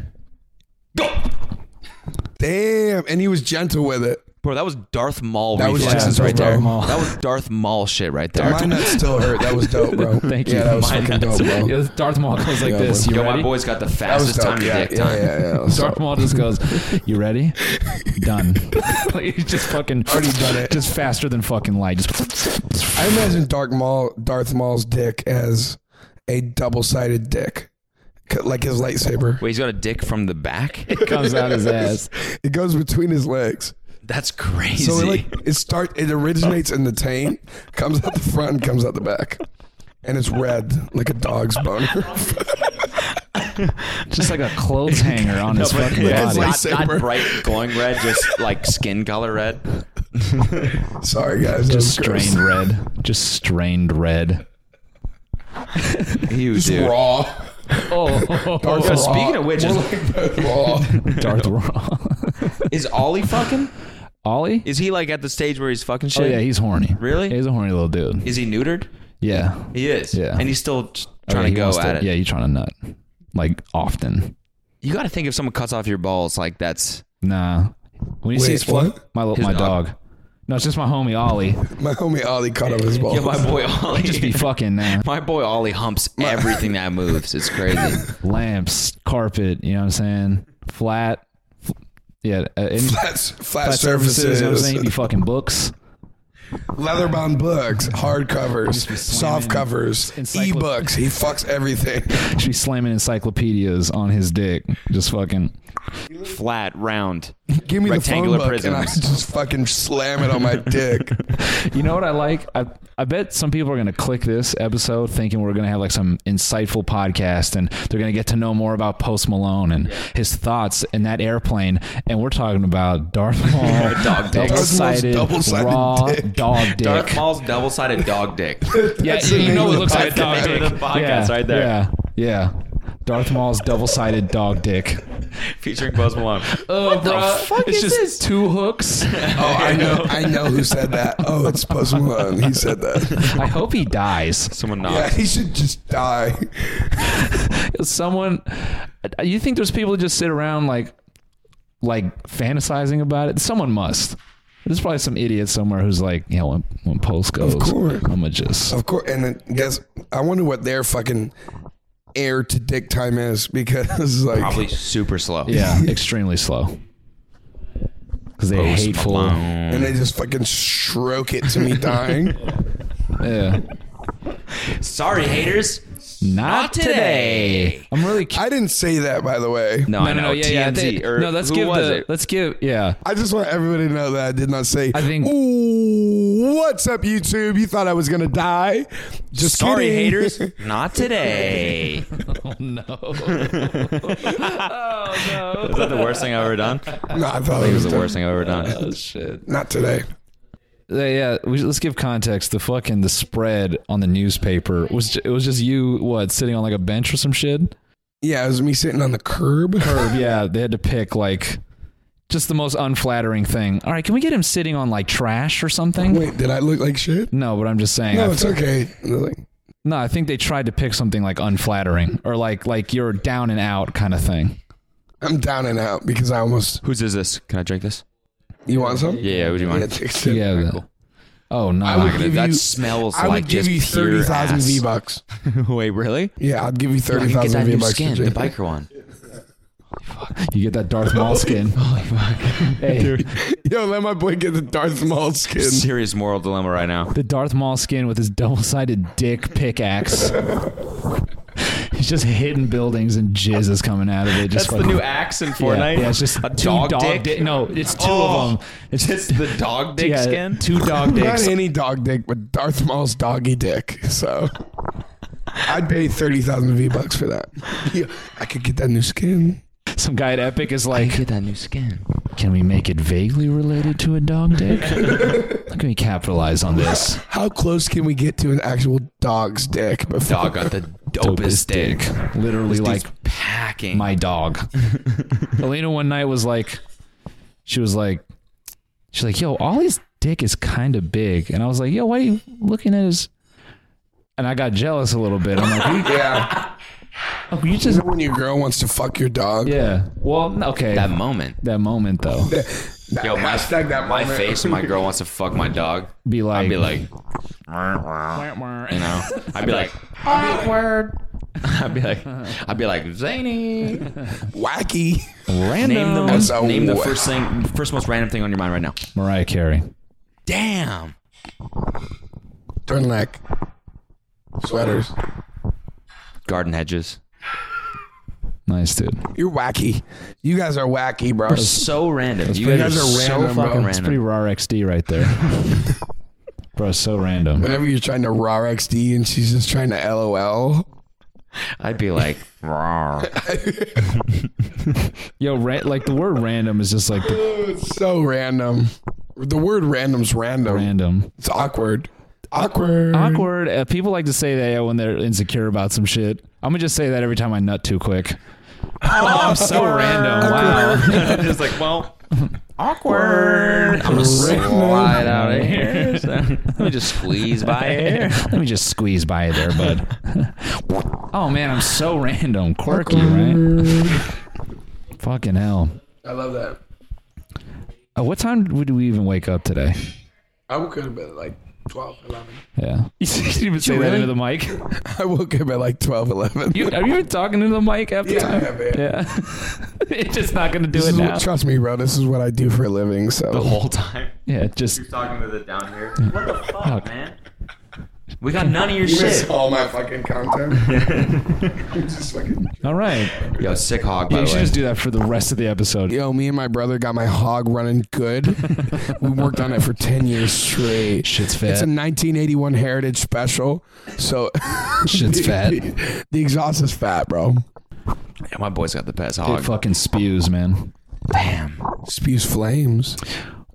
Speaker 3: Damn, and he was gentle with it.
Speaker 1: Bro, that was Darth Maul
Speaker 3: That was
Speaker 1: reflexes
Speaker 3: just-
Speaker 1: right there.
Speaker 3: Darth Maul.
Speaker 1: That was Darth Maul shit right there.
Speaker 3: My nuts still hurt. That was dope, bro.
Speaker 2: Thank
Speaker 3: Yeah,
Speaker 2: you.
Speaker 3: that was
Speaker 2: My
Speaker 3: fucking
Speaker 2: nuts.
Speaker 3: dope, bro.
Speaker 2: Yeah, Darth Maul goes like
Speaker 3: Yeah,
Speaker 2: this.
Speaker 3: bro.
Speaker 2: You
Speaker 1: Yo,
Speaker 2: ready?
Speaker 1: my boy's got the
Speaker 3: That was
Speaker 1: fastest
Speaker 3: dope.
Speaker 1: time to
Speaker 3: yeah,
Speaker 1: dick
Speaker 3: yeah,
Speaker 1: time.
Speaker 3: yeah, yeah, that was
Speaker 2: Darth
Speaker 3: dope.
Speaker 2: Maul just goes, "You ready? Done." like he's just fucking
Speaker 3: Already done it.
Speaker 2: Just faster than fucking light. Just
Speaker 3: I imagine Darth Maul, Darth Maul's dick as a double-sided dick, C- like his lightsaber.
Speaker 1: Wait, he's got a dick from the back?
Speaker 2: comes out his ass.
Speaker 3: It goes between his legs,
Speaker 1: That's crazy.
Speaker 3: so it, like it start. It originates in the taint, comes out the front, and comes out the back, and it's red like a dog's boner.
Speaker 2: just like a clothes hanger on his
Speaker 1: but
Speaker 2: fucking
Speaker 1: it's
Speaker 2: body.
Speaker 1: not,
Speaker 3: Lightsaber.
Speaker 1: not bright glowing red, just like skin color red.
Speaker 3: Sorry, guys. Just
Speaker 2: strained red. Just strained red.
Speaker 1: You dude.
Speaker 3: Raw.
Speaker 2: Oh,
Speaker 1: Yo, speaking of which, is,
Speaker 3: raw.
Speaker 2: Darth Raw.
Speaker 1: is Ollie fucking?
Speaker 2: Ollie?
Speaker 1: Is he like at the stage where he's fucking
Speaker 2: Oh
Speaker 1: shit?
Speaker 2: yeah, he's horny.
Speaker 1: Really?
Speaker 2: He's a horny little dude.
Speaker 1: is he neutered?
Speaker 2: Yeah.
Speaker 1: He is.
Speaker 2: Yeah.
Speaker 1: And he's still t- trying
Speaker 2: Yeah, he
Speaker 1: to go
Speaker 2: wants
Speaker 1: at it.
Speaker 2: Yeah, you're trying to nut. Like often.
Speaker 1: You got to think if someone cuts off your balls, like that's
Speaker 2: Nah. When you see
Speaker 3: Wait,
Speaker 2: his foot,
Speaker 3: what?
Speaker 2: my little
Speaker 1: His
Speaker 2: my
Speaker 1: dog.
Speaker 2: dog. No, it's just my homie Ollie.
Speaker 3: My homie Ollie cut off his balls.
Speaker 1: yeah, my boy Ollie.
Speaker 2: Just be fucking now.
Speaker 1: my boy Ollie humps everything that moves. It's crazy.
Speaker 2: Lamps, carpet. You know what I'm saying? Flat. F- yeah. Uh, any flat,
Speaker 3: That's flat,
Speaker 2: surfaces.
Speaker 3: surfaces,
Speaker 2: You know what I'm saying? You be fucking books.
Speaker 3: leather bound books, hard covers, soft covers,
Speaker 2: encyclop-
Speaker 3: e-books. He fucks everything.
Speaker 2: Should be slamming encyclopedias on his dick. Just fucking.
Speaker 1: Flat, round.
Speaker 3: Give me the phone
Speaker 1: Rectangular
Speaker 3: book and I
Speaker 1: prisms.
Speaker 3: just fucking slam it on my dick.
Speaker 2: You know what I like? I I bet some people are gonna click this episode thinking we're gonna have like some insightful podcast and they're gonna get to know more about Post Malone and his thoughts in that airplane. And we're talking about Darth Maul,
Speaker 1: Dog dick.
Speaker 2: double-sided,
Speaker 3: Darth Maul's double-sided
Speaker 2: raw
Speaker 3: dick.
Speaker 2: dog dick.
Speaker 1: Darth Maul's double-sided dog dick.
Speaker 2: yeah,
Speaker 3: That's the
Speaker 2: you
Speaker 3: name
Speaker 2: know
Speaker 3: of
Speaker 2: it
Speaker 3: the
Speaker 2: looks like a dog
Speaker 3: podcast.
Speaker 2: dick.
Speaker 1: That's the podcast
Speaker 2: yeah,
Speaker 1: right there.
Speaker 2: Yeah, yeah. Darth Maul's double-sided dog dick.
Speaker 1: Featuring Buzz Malone.
Speaker 2: Oh, bro, it's just two hooks.
Speaker 3: Oh, I know, I know who said that. Oh, it's Post Malone. He said that.
Speaker 2: I hope he dies.
Speaker 1: Someone
Speaker 3: Yeah,
Speaker 1: knocks.
Speaker 3: he should just die.
Speaker 2: someone you think there's people who just sit around like like fantasizing about it someone must there's probably some idiot somewhere who's like yeah when, when post goes
Speaker 3: course.
Speaker 2: i'm gonna just
Speaker 3: Of course, and then guess I wonder what their fucking air to dick time is because like
Speaker 1: Probably super slow.
Speaker 2: yeah extremely slow because they're
Speaker 1: Post
Speaker 2: hateful
Speaker 1: Malone.
Speaker 3: and they just fucking stroke it to me dying.
Speaker 2: yeah
Speaker 1: Sorry, haters.
Speaker 2: not
Speaker 1: today.
Speaker 2: today i'm really cu-
Speaker 3: I didn't say that, by the way.
Speaker 1: No, I know. TMZ.
Speaker 2: they-
Speaker 1: or
Speaker 2: no let's
Speaker 1: who
Speaker 2: give
Speaker 1: was
Speaker 2: the
Speaker 1: it?
Speaker 2: let's give yeah
Speaker 3: I just want everybody to know that I did not say.
Speaker 2: I think-
Speaker 3: Ooh, what's up, YouTube? You thought I was gonna die? Just
Speaker 1: Sorry,
Speaker 3: kidding.
Speaker 1: haters. Not today. oh no. Is that the worst thing I've ever done?
Speaker 3: no, I thought it was
Speaker 1: It's the worst thing I've ever done.
Speaker 2: shit
Speaker 3: Not today.
Speaker 2: Yeah, yeah. We, let's give context. The fucking the spread on the newspaper was ju- it was just you what sitting on like a bench or some shit.
Speaker 3: Yeah, it was me sitting on the curb.
Speaker 2: Curb. yeah, they had to pick like just the most unflattering thing. All right, can we get him sitting on like trash or something?
Speaker 3: Wait, did I look like shit?
Speaker 2: No, but I'm just saying.
Speaker 3: No,
Speaker 2: I,
Speaker 3: it's okay. They're like,
Speaker 2: no, I think they tried to pick something like unflattering or like like you're down and out kind of thing.
Speaker 3: I'm down and out because I almost.
Speaker 1: Whose is this? Can I drink this?
Speaker 3: You want some?
Speaker 1: Yeah, yeah. Would you
Speaker 3: Yeah,
Speaker 1: mind?
Speaker 3: take a sip.
Speaker 2: Yeah. the- Oh no.
Speaker 3: I would give
Speaker 1: that
Speaker 3: you-
Speaker 1: smells
Speaker 3: I
Speaker 1: like
Speaker 3: would give
Speaker 1: just
Speaker 3: you
Speaker 1: pure
Speaker 3: thirty thousand
Speaker 1: ass.
Speaker 3: V bucks.
Speaker 1: Wait, really?
Speaker 3: Yeah, I'd give you thirty
Speaker 1: Get
Speaker 3: thousand
Speaker 1: that
Speaker 3: V
Speaker 1: new
Speaker 3: bucks.
Speaker 1: skin, the biker one.
Speaker 2: you get that Darth Maul skin. Holy fuck. Hey,
Speaker 3: Yo, let my boy get the Darth Maul skin.
Speaker 1: Serious moral dilemma right now.
Speaker 2: the Darth Maul skin with his double-sided dick pickaxe. He's just hitting buildings and jizz is coming out of it.
Speaker 1: That's
Speaker 2: Just
Speaker 1: the
Speaker 2: fucking-
Speaker 1: new axe in
Speaker 2: yeah,
Speaker 1: Fortnite.
Speaker 2: Yeah, it's just
Speaker 1: a
Speaker 2: two
Speaker 1: dog, dick.
Speaker 2: di- no, it's two
Speaker 1: Oh,
Speaker 2: of them. It's
Speaker 1: Just the dog dick
Speaker 2: yeah,
Speaker 1: skin.
Speaker 2: Two dog
Speaker 3: Not
Speaker 2: dicks.
Speaker 3: any dog dick, but Darth Maul's doggy dick. So I'd pay thirty thousand V bucks for that. Yeah, I could get that new skin.
Speaker 2: Some guy at Epic is like,
Speaker 4: Get that new skin.
Speaker 2: "Can we make it vaguely related to a dog dick? How can we capitalize on this?"
Speaker 3: How close can we get to an actual dog's dick? Before?
Speaker 1: Dog got the dopest dick.
Speaker 2: literally
Speaker 1: Dude's
Speaker 2: like
Speaker 1: packing.
Speaker 2: my dog. Elena one night was like, she was like, she's like, yo, Ollie's dick is kind of big, and I was like, yo, why are you looking at his? And I got jealous a little bit. I'm like, you,
Speaker 3: Yeah,
Speaker 2: oh, you just
Speaker 3: when your girl wants to fuck your dog.
Speaker 2: yeah. Well, okay.
Speaker 1: that
Speaker 2: That,
Speaker 1: moment.
Speaker 2: moment though,
Speaker 1: Yo, my,
Speaker 3: Hashtag that
Speaker 1: my
Speaker 3: moment.
Speaker 1: face and my girl wants to fuck my dog.
Speaker 2: be like,
Speaker 1: I'd be like, you know, I'd be like, awkward. I'd be like, I'd be like, zany.
Speaker 3: Wacky.
Speaker 1: Name the
Speaker 2: random.
Speaker 1: most,
Speaker 3: That's a
Speaker 1: name the
Speaker 3: wa-
Speaker 1: first thing, first most random thing on your mind right now.
Speaker 2: Mariah Carey.
Speaker 1: Damn.
Speaker 3: Turn neck. Sweaters.
Speaker 1: Garden hedges.
Speaker 2: Nice dude.
Speaker 3: You're wacky. You guys are wacky, bro.
Speaker 1: So random. You
Speaker 2: pretty-
Speaker 1: guys are
Speaker 3: You guys are
Speaker 1: so
Speaker 3: random, bro.
Speaker 1: fucking
Speaker 2: It's pretty
Speaker 1: random.
Speaker 2: raw XD right there. Bro, so random.
Speaker 3: Whenever you're trying to raw XD and she's just trying to LOL.
Speaker 1: I'd be like, "Rawr."
Speaker 2: Yo, ra- like the word random is just like the
Speaker 3: It's so random. The word random's random.
Speaker 2: random.
Speaker 3: It's awkward. Awkward.
Speaker 2: Awkward. Uh, people like to say that when they're insecure about some shit. I'm gonna just say that every time I nut too quick. I'm so random. Wow.
Speaker 1: just like, well, awkward. I'm just slide out of here. So, let me just squeeze by here.
Speaker 2: Let me just squeeze by there, bud. oh man, I'm so random, quirky, right? Fucking hell.
Speaker 3: I love that.
Speaker 2: Uh, what time would we even wake up today?
Speaker 3: I woke up at like 12, 11.
Speaker 2: Yeah. You didn't even say that
Speaker 3: really?
Speaker 2: into the mic.
Speaker 3: I woke up at like 12, 11.
Speaker 2: You, are you even talking into the mic after
Speaker 3: yeah,
Speaker 2: time?
Speaker 3: man.
Speaker 2: Yeah. it's just not going to do
Speaker 3: This
Speaker 2: it
Speaker 3: is what-
Speaker 2: now.
Speaker 3: trust me, bro. This is what I do for a living. So
Speaker 5: the whole time.
Speaker 2: Yeah, just
Speaker 5: talking to the down here. What the fuck, man? We got none of your shit.
Speaker 3: all my fucking content. just fucking.
Speaker 2: all right.
Speaker 1: Yo, sick hog. By
Speaker 2: Yeah, you
Speaker 1: the
Speaker 2: should
Speaker 1: way,
Speaker 2: just do that for the rest of the episode.
Speaker 3: Yo, me and my brother got my hog running good. we worked on it for 10 years straight.
Speaker 2: Shit's
Speaker 3: It's
Speaker 2: fat.
Speaker 3: a 1981 Heritage special. So
Speaker 2: Shit's fat. It
Speaker 3: the exhaust is fat, bro.
Speaker 1: Yeah, my boy's got the best hog.
Speaker 2: fucking spews, man.
Speaker 3: Spews flames.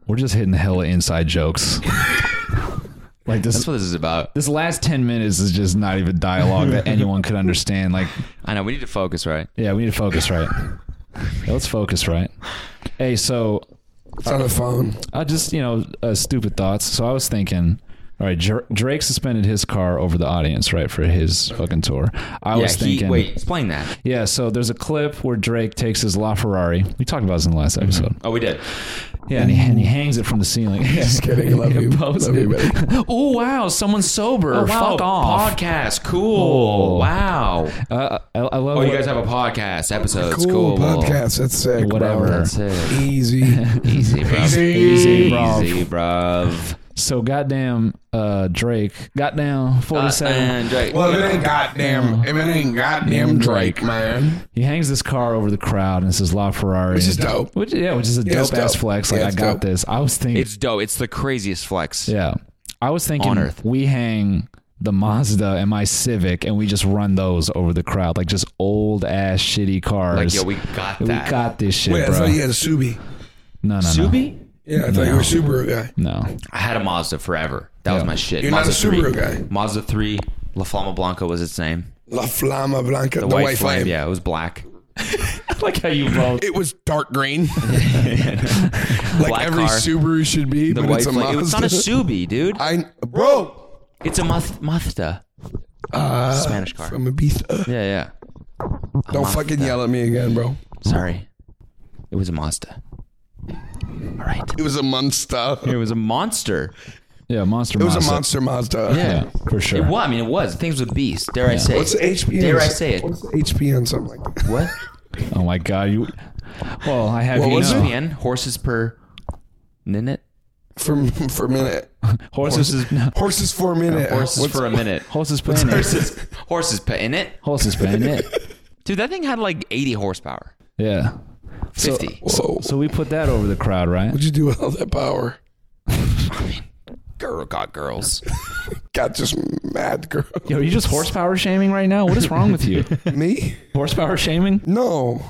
Speaker 2: We're just hitting hella inside jokes. like
Speaker 1: That's
Speaker 2: this.
Speaker 1: what this is about.
Speaker 2: This last ten minutes is just not even dialogue that anyone could understand. Like,
Speaker 1: I know we need to focus, right?
Speaker 2: yeah, we need to focus right. Yeah, let's focus right. Hey, so
Speaker 3: It's on the phone.
Speaker 2: I just, you know, uh, stupid thoughts. So I was thinking, all right, Jer- Drake suspended his car over the audience, right, for his fucking tour. I
Speaker 5: Yeah,
Speaker 2: was thinking,
Speaker 5: he, wait, explain that.
Speaker 2: yeah. So there's a clip where Drake takes his LaFerrari. We talked about this in the last episode.
Speaker 5: Oh, we did.
Speaker 2: Yeah, and he, and he hangs it from the ceiling.
Speaker 3: Just kidding. Love you.
Speaker 2: Post
Speaker 3: Love you, buddy.
Speaker 2: it. oh wow, someone's sober.
Speaker 1: Oh,
Speaker 2: Fuck off.
Speaker 1: Podcast. Cool.
Speaker 2: Oh.
Speaker 1: Wow.
Speaker 2: Uh, I, I love.
Speaker 1: Oh, you
Speaker 2: what-
Speaker 1: guys have a podcast episode. It's
Speaker 3: Cool,
Speaker 1: cool.
Speaker 3: podcast. That's sick. bro.
Speaker 2: Whatever.
Speaker 1: That's it.
Speaker 3: Easy.
Speaker 1: Easy, bro.
Speaker 2: Easy, bruv.
Speaker 1: Easy, bro.
Speaker 2: so goddamn uh, Drake. Goddamn forty-seven.
Speaker 1: Drake.
Speaker 3: Well, it ain't goddamn. It ain't goddamn Drake, man.
Speaker 2: He hangs this car over the crowd and says LaFerrari.
Speaker 3: Which is dope.
Speaker 2: Which, yeah, which is a
Speaker 3: it's
Speaker 2: dope ass
Speaker 3: dope.
Speaker 2: flex. Like,
Speaker 3: Yeah,
Speaker 2: I
Speaker 3: it's
Speaker 2: got
Speaker 3: dope.
Speaker 2: this. I was thinking,
Speaker 1: It's dope. It's the craziest flex.
Speaker 2: yeah. I was thinking
Speaker 1: On Earth.
Speaker 2: we hang the Mazda and my Civic and we just run those over the crowd. Like, just old ass shitty cars.
Speaker 1: Like, yo, we got
Speaker 2: We
Speaker 1: that.
Speaker 2: got this shit,
Speaker 3: Wait, I
Speaker 2: bro.
Speaker 3: thought you had a Subi.
Speaker 2: No, no, no.
Speaker 1: Subi?
Speaker 3: Yeah, I thought you were a Subaru guy.
Speaker 2: No.
Speaker 1: I had a Mazda forever. That was
Speaker 2: Yeah.
Speaker 1: my shit.
Speaker 3: You're not a
Speaker 1: Mazda
Speaker 3: Subaru
Speaker 1: 3.
Speaker 3: guy.
Speaker 1: Mazda 3. La Flama Blanca was its name.
Speaker 3: La Flama Blanca, the,
Speaker 1: The, white, flame. Yeah, it was black.
Speaker 2: like how you both.
Speaker 3: It was dark green, like
Speaker 1: Black
Speaker 3: every
Speaker 1: car.
Speaker 3: Subaru should be,
Speaker 1: The
Speaker 3: but
Speaker 1: white
Speaker 3: it's a
Speaker 1: flame.
Speaker 3: Mazda.
Speaker 1: It was not a Subi, dude.
Speaker 3: I, bro,
Speaker 1: It's a Maz- Mazda. Spanish car.
Speaker 3: I'm a beast. Ugh,
Speaker 1: Yeah, yeah. A
Speaker 3: uh, Don't
Speaker 1: Mazda.
Speaker 3: fucking yell at me again, bro.
Speaker 1: Sorry. It was a Mazda. All right.
Speaker 3: It was a monster.
Speaker 1: It was a monster.
Speaker 2: Yeah, Monster
Speaker 3: It was a
Speaker 2: Mazda.
Speaker 3: monster Mazda.
Speaker 2: Yeah, for sure.
Speaker 1: It was. I mean, it was. Things with beast. Dare I say?
Speaker 3: What's the HP?
Speaker 1: Dare
Speaker 3: on-
Speaker 1: I say it?
Speaker 3: What's the HP on something like that?
Speaker 1: What?
Speaker 2: Oh my God. You. Well, I have you
Speaker 1: was
Speaker 2: know.
Speaker 1: PN? Horses per minute?
Speaker 3: For for a minute,
Speaker 2: Horses, horses, no,
Speaker 3: horses for a minute.
Speaker 1: Horses
Speaker 3: What's-
Speaker 1: for a minute.
Speaker 2: horses playing it.
Speaker 1: Horses, horses per in it.
Speaker 2: Horses playing it.
Speaker 1: Dude, that thing had like 80 horsepower.
Speaker 2: Yeah.
Speaker 1: 50.
Speaker 3: Whoa!
Speaker 2: So we put that over the crowd, right?
Speaker 3: What'd you do with all that power?
Speaker 1: Girl got girls.
Speaker 3: Got just mad girl.
Speaker 2: Yo, are you just horsepower shaming right now? What is wrong with you?
Speaker 3: Me?
Speaker 2: horsepower shaming?
Speaker 3: No.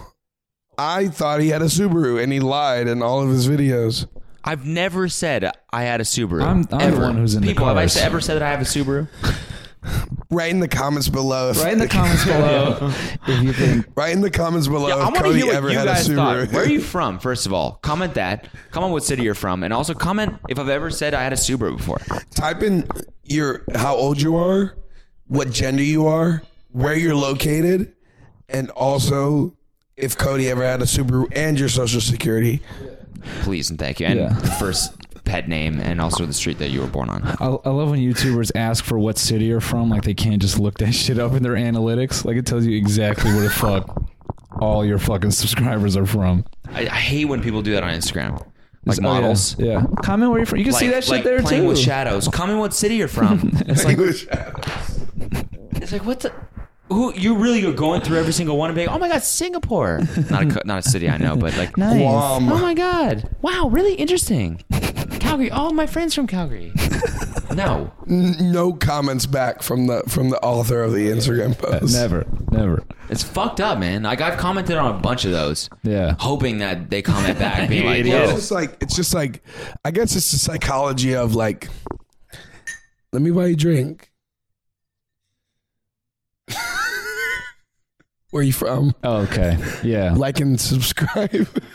Speaker 3: I thought he had a Subaru and he lied in all of his videos.
Speaker 1: I've never said I had a Subaru.
Speaker 2: I'm- I'm the
Speaker 1: ever.
Speaker 2: one who's in the
Speaker 1: People, have I
Speaker 2: cars.
Speaker 1: s- ever said that I have a Subaru?
Speaker 3: Write in the comments below. If,
Speaker 2: Write in the comments below if you think.
Speaker 3: write in the comments below
Speaker 2: Oh,
Speaker 1: Yeah, I
Speaker 3: if
Speaker 1: want to
Speaker 3: Cody
Speaker 1: hear
Speaker 3: ever
Speaker 1: what you
Speaker 3: had a
Speaker 1: guys
Speaker 3: Subaru.
Speaker 1: thought. Where are you from, first of all? Comment that. Comment what city you're from. And also comment if I've ever said I had a Subaru before.
Speaker 3: Type in your how old you are, what gender you are, where you're located, and also if Cody ever had a Subaru and your social security.
Speaker 1: Please and thank you. And
Speaker 2: Yeah.
Speaker 1: the first pet name and also the street that you were born on.
Speaker 2: I, I love when YouTubers ask for what city you're from. Like they can't just look that shit up in their analytics. Like it tells you exactly where the fuck all your fucking subscribers are from.
Speaker 1: I, I hate when people do that on Instagram. Like
Speaker 2: Oh, yeah.
Speaker 1: models.
Speaker 2: Yeah. Comment where you're from. You can see
Speaker 1: Like-
Speaker 2: that shit
Speaker 1: like
Speaker 2: there
Speaker 1: playing
Speaker 2: too.
Speaker 1: with shadows. Comment what city you're from. It's like It's like what the who you really are going through every single one and being oh my god Singapore not a co- not a city I know but like
Speaker 8: Nice.
Speaker 1: oh
Speaker 3: Guam.
Speaker 1: my god wow really interesting Calgary all my friends from Calgary no
Speaker 3: N- No comments back from the from the author of the Instagram post.
Speaker 2: Never. Never.
Speaker 5: It's fucked up, man. Like I've commented on a bunch of those,
Speaker 2: Yeah.
Speaker 5: hoping that they comment back, being like,
Speaker 3: It's
Speaker 5: "Yo,
Speaker 3: just like it's just like I guess it's the psychology of like let me buy you a drink. Where you from?
Speaker 2: Oh, Okay. Yeah.
Speaker 3: Like and subscribe.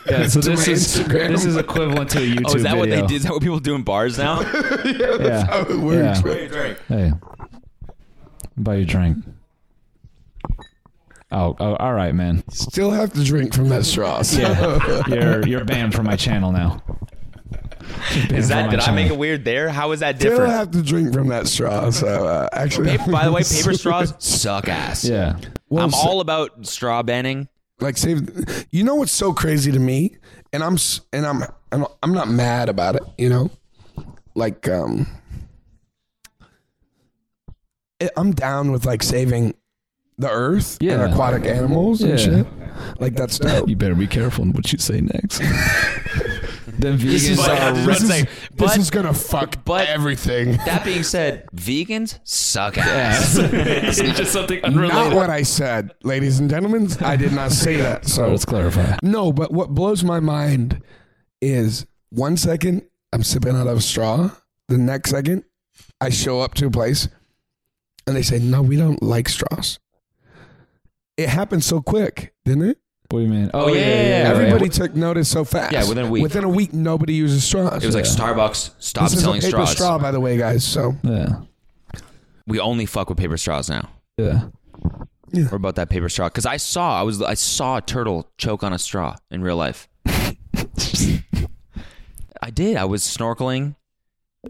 Speaker 2: yeah so
Speaker 3: to
Speaker 2: this
Speaker 3: my
Speaker 2: is
Speaker 3: Instagram.
Speaker 2: this is equivalent to a YouTube
Speaker 1: Oh, is that what they
Speaker 2: video.
Speaker 1: did? Is that what people do in bars now?
Speaker 2: Yeah.
Speaker 3: How it works.
Speaker 2: Yeah.
Speaker 3: right?
Speaker 2: Hey, buy you a drink. Oh, oh, all right, man.
Speaker 3: Still have to drink from that straw. So.
Speaker 2: You're you're banned from my channel now.
Speaker 1: Is that did I make it weird there? How is that
Speaker 3: Still
Speaker 1: different?
Speaker 3: have to drink from that straw. So uh, actually,
Speaker 1: Paper- by the way, paper straws suck ass.
Speaker 2: Yeah.
Speaker 3: Well,
Speaker 1: I'm
Speaker 3: so-
Speaker 1: all about straw banning.
Speaker 3: like save you know what's so crazy to me and i'm s- and i'm i'm, I'm not mad about it you know like um I- i'm down with like saving the earth
Speaker 2: Yeah.
Speaker 3: and aquatic animals and
Speaker 2: Yeah.
Speaker 3: shit like that's dope
Speaker 2: You better be careful in what you say next. then vegans
Speaker 1: is,
Speaker 2: are
Speaker 1: uh,
Speaker 2: re-
Speaker 1: Let's say,
Speaker 3: this
Speaker 1: but-
Speaker 3: is gonna fuck
Speaker 1: but-
Speaker 3: everything
Speaker 1: That being said, vegans suck ass.
Speaker 2: just something
Speaker 3: not what i said ladies and gentlemen i did not say that so
Speaker 2: Let's clarify.
Speaker 3: No, but what blows my mind is one second I'm sipping out of a straw, the next second I show up to a place and they say, "No, we don't like straws." It happened so quick, didn't it?
Speaker 2: What do you mean? Oh,
Speaker 5: yeah, yeah, yeah.
Speaker 3: Everybody took notice so fast.
Speaker 5: Yeah, within a week.
Speaker 3: Within a week, nobody uses straws.
Speaker 5: it was like Starbucks stopped
Speaker 3: this is a
Speaker 5: selling
Speaker 3: paper
Speaker 5: straws.
Speaker 3: straw, by the way, guys. So
Speaker 2: Yeah.
Speaker 5: We only fuck with paper straws now.
Speaker 2: Yeah.
Speaker 5: We're about that paper straw because I saw I was I saw a turtle choke on a straw in real life. I did. I was snorkeling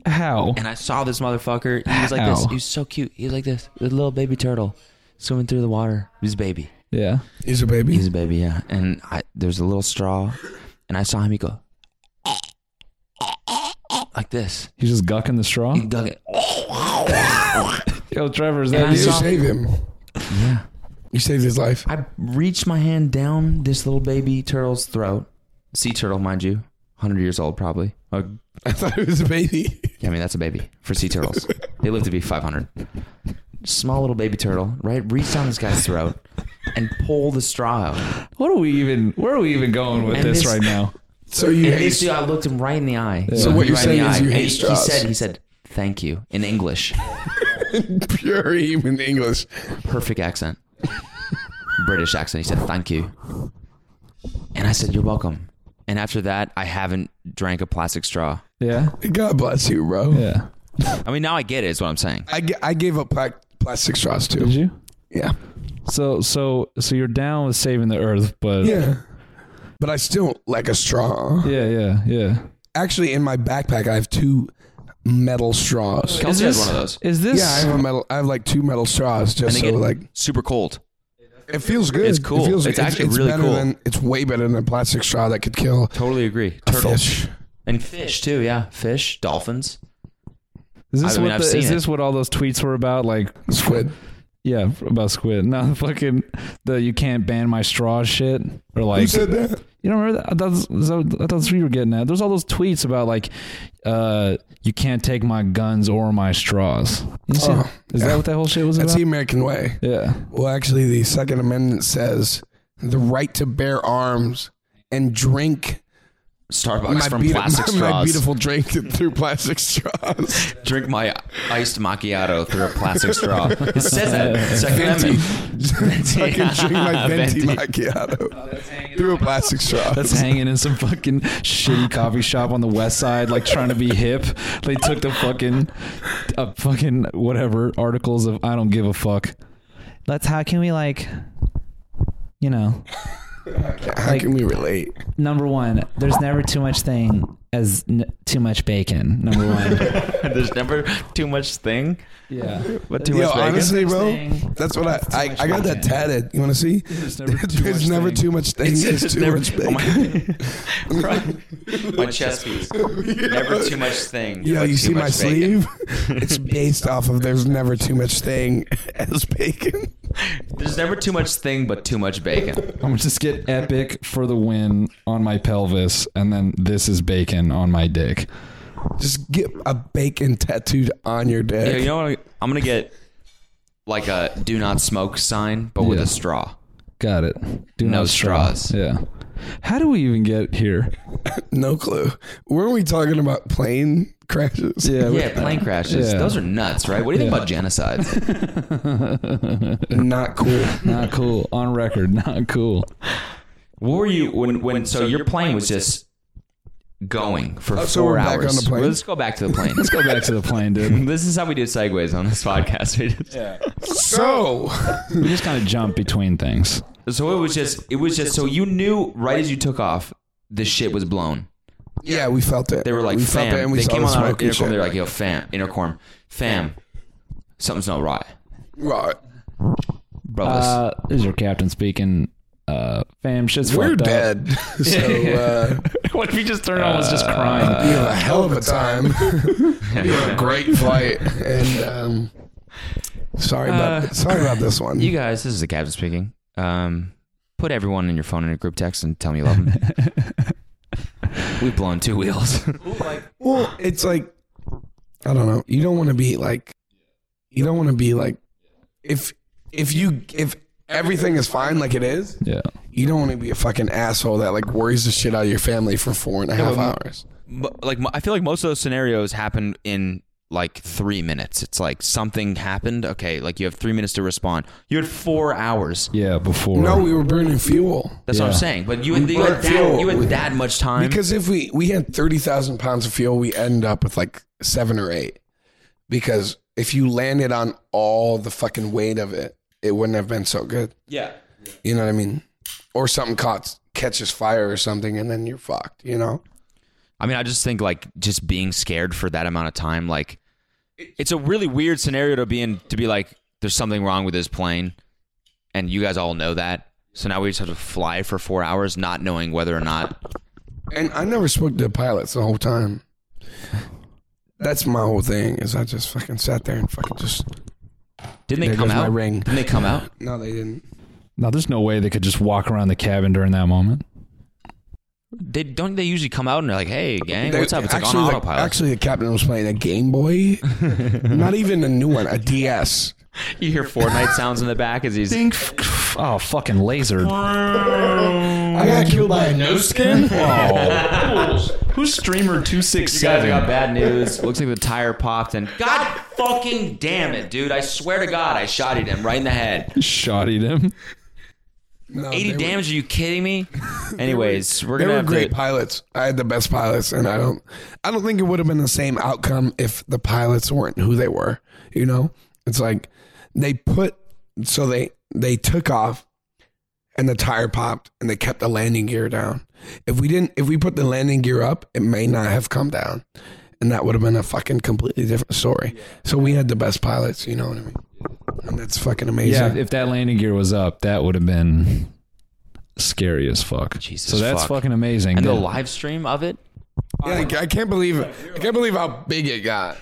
Speaker 2: How?
Speaker 5: and I saw this motherfucker. He was like this.
Speaker 2: Ow.
Speaker 5: He was so cute. He was like this. The little baby turtle swimming through the water. He was a baby.
Speaker 2: Yeah.
Speaker 3: he's a baby.
Speaker 5: He's a baby, yeah. And I, there's a little straw, and I saw him. He go like this.
Speaker 2: He's just gucking the straw.
Speaker 5: He dug it.
Speaker 2: Yo, Trevor, is
Speaker 5: And I
Speaker 2: that
Speaker 3: you
Speaker 5: saw-
Speaker 3: save him.
Speaker 5: Yeah.
Speaker 3: You saved his life.
Speaker 5: I reached my hand down this little baby turtle's throat. Sea turtle, mind you, hundred years old probably. Uh,
Speaker 3: I thought it was a baby.
Speaker 5: I mean, that's a baby for sea turtles. they live to be 500. Small little baby turtle, right? Reached down this guy's throat and pull the straw out.
Speaker 2: What are we even? Where are we even going with
Speaker 5: And
Speaker 2: this,
Speaker 5: this-
Speaker 2: right now?
Speaker 3: So you
Speaker 5: And
Speaker 3: hate
Speaker 5: this dude, I looked him right in the eye.
Speaker 2: So
Speaker 3: what you're
Speaker 5: Right in
Speaker 3: saying
Speaker 5: the
Speaker 3: is
Speaker 5: eye.
Speaker 3: you
Speaker 5: And
Speaker 3: hate
Speaker 5: he- He
Speaker 3: straws.
Speaker 5: said, he said, thank you in English.
Speaker 3: pure human English.
Speaker 5: perfect accent, British accent. He said, "Thank you," and I said, "You're welcome." And after that, I haven't drank a plastic straw.
Speaker 2: Yeah.
Speaker 3: God bless you, bro.
Speaker 2: Yeah.
Speaker 5: I mean, now I get it. Is what I'm saying.
Speaker 3: I, g- I gave up pla- plastic straws too.
Speaker 2: Did you?
Speaker 3: Yeah.
Speaker 2: So so so you're down with saving the earth, but
Speaker 3: Yeah. But I still like a straw.
Speaker 2: yeah, yeah. yeah.
Speaker 3: Actually, in my backpack, I have two metal straws.
Speaker 5: Kelsey has one of those,
Speaker 2: Is this
Speaker 3: Yeah, I have a metal. I have like two metal straws,
Speaker 5: and
Speaker 3: just
Speaker 5: they
Speaker 3: so
Speaker 5: get
Speaker 3: like
Speaker 5: super cold.
Speaker 3: it feels good.
Speaker 5: It's cool.
Speaker 3: It feels,
Speaker 5: It's actually really
Speaker 3: better
Speaker 5: cool.
Speaker 3: Than, it's way better than a plastic straw that could kill
Speaker 5: Totally agree.
Speaker 3: a
Speaker 5: Turtles
Speaker 3: fish.
Speaker 5: and fish too. Yeah, fish, dolphins.
Speaker 2: is this
Speaker 5: I mean,
Speaker 2: what
Speaker 5: I've
Speaker 2: the,
Speaker 5: seen
Speaker 2: is
Speaker 5: it.
Speaker 2: this what all those tweets were about? Like
Speaker 3: Squid.
Speaker 2: yeah, about squid. No, fucking the you can't ban my straw shit or like
Speaker 3: Who said that?
Speaker 2: you don't remember that? I thought, that's- I thought that's what you were getting at. There's all those tweets about like uh you can't take my guns or my straws. You see-
Speaker 3: Oh,
Speaker 2: is
Speaker 3: yeah.
Speaker 2: that what that whole shit was
Speaker 3: That's
Speaker 2: about?
Speaker 3: the American way.
Speaker 2: yeah.
Speaker 3: Well, actually, the Second Amendment says the right to bear arms and drink
Speaker 5: Starbucks from
Speaker 3: beau-
Speaker 5: plastic
Speaker 3: my-
Speaker 5: straws.
Speaker 3: my beautiful drink through plastic straws.
Speaker 5: Drink my iced macchiato through a plastic straw. It says that. Second
Speaker 3: Venti.
Speaker 5: Amendment.
Speaker 3: I can drink my venti,
Speaker 5: Venti.
Speaker 3: macchiato through a plastic straw.
Speaker 2: That's hanging in some fucking shitty coffee shop on the west side, like trying to be hip. They took the fucking, uh, fucking whatever articles of I don't give a fuck.
Speaker 4: Let's. How can we like? You know,
Speaker 3: How
Speaker 4: like-
Speaker 3: can we relate?
Speaker 4: number one, there's never too much thing as n- too much bacon. Number one.
Speaker 5: There's never too much thing,
Speaker 2: Yeah.
Speaker 5: but too
Speaker 3: Yo,
Speaker 5: much bacon.
Speaker 3: honestly, bro,
Speaker 4: Thing.
Speaker 3: that's what I I, I got that tatted. You want to see? There's
Speaker 2: never too much
Speaker 3: never
Speaker 2: thing.
Speaker 3: too much thing. It's,
Speaker 5: It's
Speaker 3: too
Speaker 5: never-
Speaker 3: much
Speaker 5: oh
Speaker 3: bacon.
Speaker 5: my, my chest piece. Never too much thing.
Speaker 3: Yo,
Speaker 5: but
Speaker 3: you
Speaker 5: too
Speaker 3: see
Speaker 5: much
Speaker 3: my
Speaker 5: bacon.
Speaker 3: sleeve? it's based off of "There's never too much thing" as bacon.
Speaker 5: There's never too much thing, but too much bacon.
Speaker 2: I'm just get epic for the win on my pelvis, and then this is bacon on my dick.
Speaker 3: Just get a bacon tattooed on your dick.
Speaker 5: you know what? I'm gonna get
Speaker 1: like a do not smoke sign, but with
Speaker 2: Yeah.
Speaker 1: a straw.
Speaker 2: Got it. Do
Speaker 1: No
Speaker 2: not straw.
Speaker 1: straws.
Speaker 2: Yeah. How do we even get here?
Speaker 3: No clue. Weren't we talking about plane crashes?
Speaker 1: Yeah, plane crashes.
Speaker 2: Yeah.
Speaker 1: Those are nuts, right? What do you think about genocide?
Speaker 3: Not cool.
Speaker 2: Not cool. On record, not cool.
Speaker 1: what were you when when? So your plane was just going for
Speaker 3: Oh,
Speaker 1: four
Speaker 3: so we're back
Speaker 1: hours.
Speaker 3: on the plane.
Speaker 1: Let's go back to the plane.
Speaker 2: Let's go back to the plane, dude.
Speaker 1: this is how we do segues on this podcast. We just-
Speaker 3: So
Speaker 2: We just kind of jump between things.
Speaker 1: So it was just it was just so you knew right as you took off, this shit was blown.
Speaker 3: yeah, we felt it.
Speaker 1: They were like,
Speaker 3: we
Speaker 1: fam.
Speaker 3: felt it, and we
Speaker 1: they
Speaker 3: saw
Speaker 1: came
Speaker 3: the
Speaker 1: on our
Speaker 3: smoke and
Speaker 1: intercom.
Speaker 3: shit.
Speaker 1: They're like, yo, fam, intercom, fam, something's not right,
Speaker 3: Right.
Speaker 1: brothers.
Speaker 2: Uh, this is your captain speaking. Uh, fam, shit's
Speaker 3: we're
Speaker 2: fucked up.
Speaker 3: dead. so uh,
Speaker 2: what if you just turned on was just crying?
Speaker 3: we had a hell of a time. we had a great flight, and um, sorry
Speaker 1: Uh,
Speaker 3: about sorry about this one.
Speaker 1: you guys, this is the captain speaking. Um, put everyone in your phone in a group text and tell me you love them. We've blown two wheels.
Speaker 3: Well, it's like I don't know. You don't want to be like you don't want to be like if if you if everything is fine like it is,
Speaker 2: yeah.
Speaker 3: you don't want to be a fucking asshole that like worries the shit out of your family for four and a half hours.
Speaker 1: mo- like mo- I feel like most of those scenarios happen in like three minutes. It's like something happened. Okay, like you have three minutes to respond. You had four hours.
Speaker 2: Yeah, before.
Speaker 3: No, we were burning fuel.
Speaker 1: That's what I'm
Speaker 2: Yeah.
Speaker 1: saying. But you had, you
Speaker 3: burnt
Speaker 1: had
Speaker 3: fuel.
Speaker 1: that, you had that much time.
Speaker 3: Because if we we had thirty thousand pounds of fuel, we end up with like seven or eight. Because if you landed on all the fucking weight of it, it wouldn't have been so good.
Speaker 1: yeah.
Speaker 3: You know what I mean? Or something caught catches fire or something, and then you're fucked. You know?
Speaker 1: I mean, I just think like just being scared for that amount of time. Like, it's a really weird scenario to be in. To be like, there's something wrong with this plane, and you guys all know that. So now we just have to fly for four hours, not knowing whether or not
Speaker 3: And I never spoke to the pilots the whole time. That's my whole thing. Is I just fucking sat there and fucking just.
Speaker 1: didn't they
Speaker 3: There
Speaker 1: come
Speaker 3: goes my
Speaker 1: out?
Speaker 3: ring.
Speaker 1: Didn't they come out?
Speaker 3: No, they didn't.
Speaker 2: Now, there's no way they could just walk around the cabin during that moment.
Speaker 1: They don't. They usually come out and they're like, "Hey, gang,
Speaker 3: They-
Speaker 1: what's up?" It's like on
Speaker 3: the-
Speaker 1: autopilot.
Speaker 3: actually, the captain was playing a Game Boy. Not even a new one, a DS.
Speaker 1: you hear Fortnite sounds in the back as he's.
Speaker 2: Oh, fucking laser.
Speaker 3: I got killed by a nose skin.
Speaker 2: Oh. Who's streamer two six
Speaker 1: You guys got bad news. Looks like the tire popped, and God fucking damn it, dude! I swear to God, I shot at him right in the head.
Speaker 2: Shotted him.
Speaker 3: No,
Speaker 1: Eighty
Speaker 3: they were-
Speaker 1: damage? Are you kidding me? Anyways, we're
Speaker 3: They
Speaker 1: gonna
Speaker 3: were
Speaker 1: have
Speaker 3: great
Speaker 1: to.
Speaker 3: pilots. I had the best pilots, and I don't, I don't think it would have been the same outcome if the pilots weren't who they were. You know, it's like they put, so they they took off, and the tire popped, and they kept the landing gear down. If we didn't, if we put the landing gear up, it may not have come down, and that would have been a fucking completely different story. So we had the best pilots. You know what I mean? And that's fucking
Speaker 2: Yeah,
Speaker 3: amazing.
Speaker 2: if that landing gear was up, that would have been scary as fuck.
Speaker 1: Jesus
Speaker 2: so that's
Speaker 1: fuck.
Speaker 2: fucking amazing.
Speaker 1: And the
Speaker 2: That-
Speaker 1: live stream of it.
Speaker 3: Yeah, I- I can't believe it. I can't believe how big it got.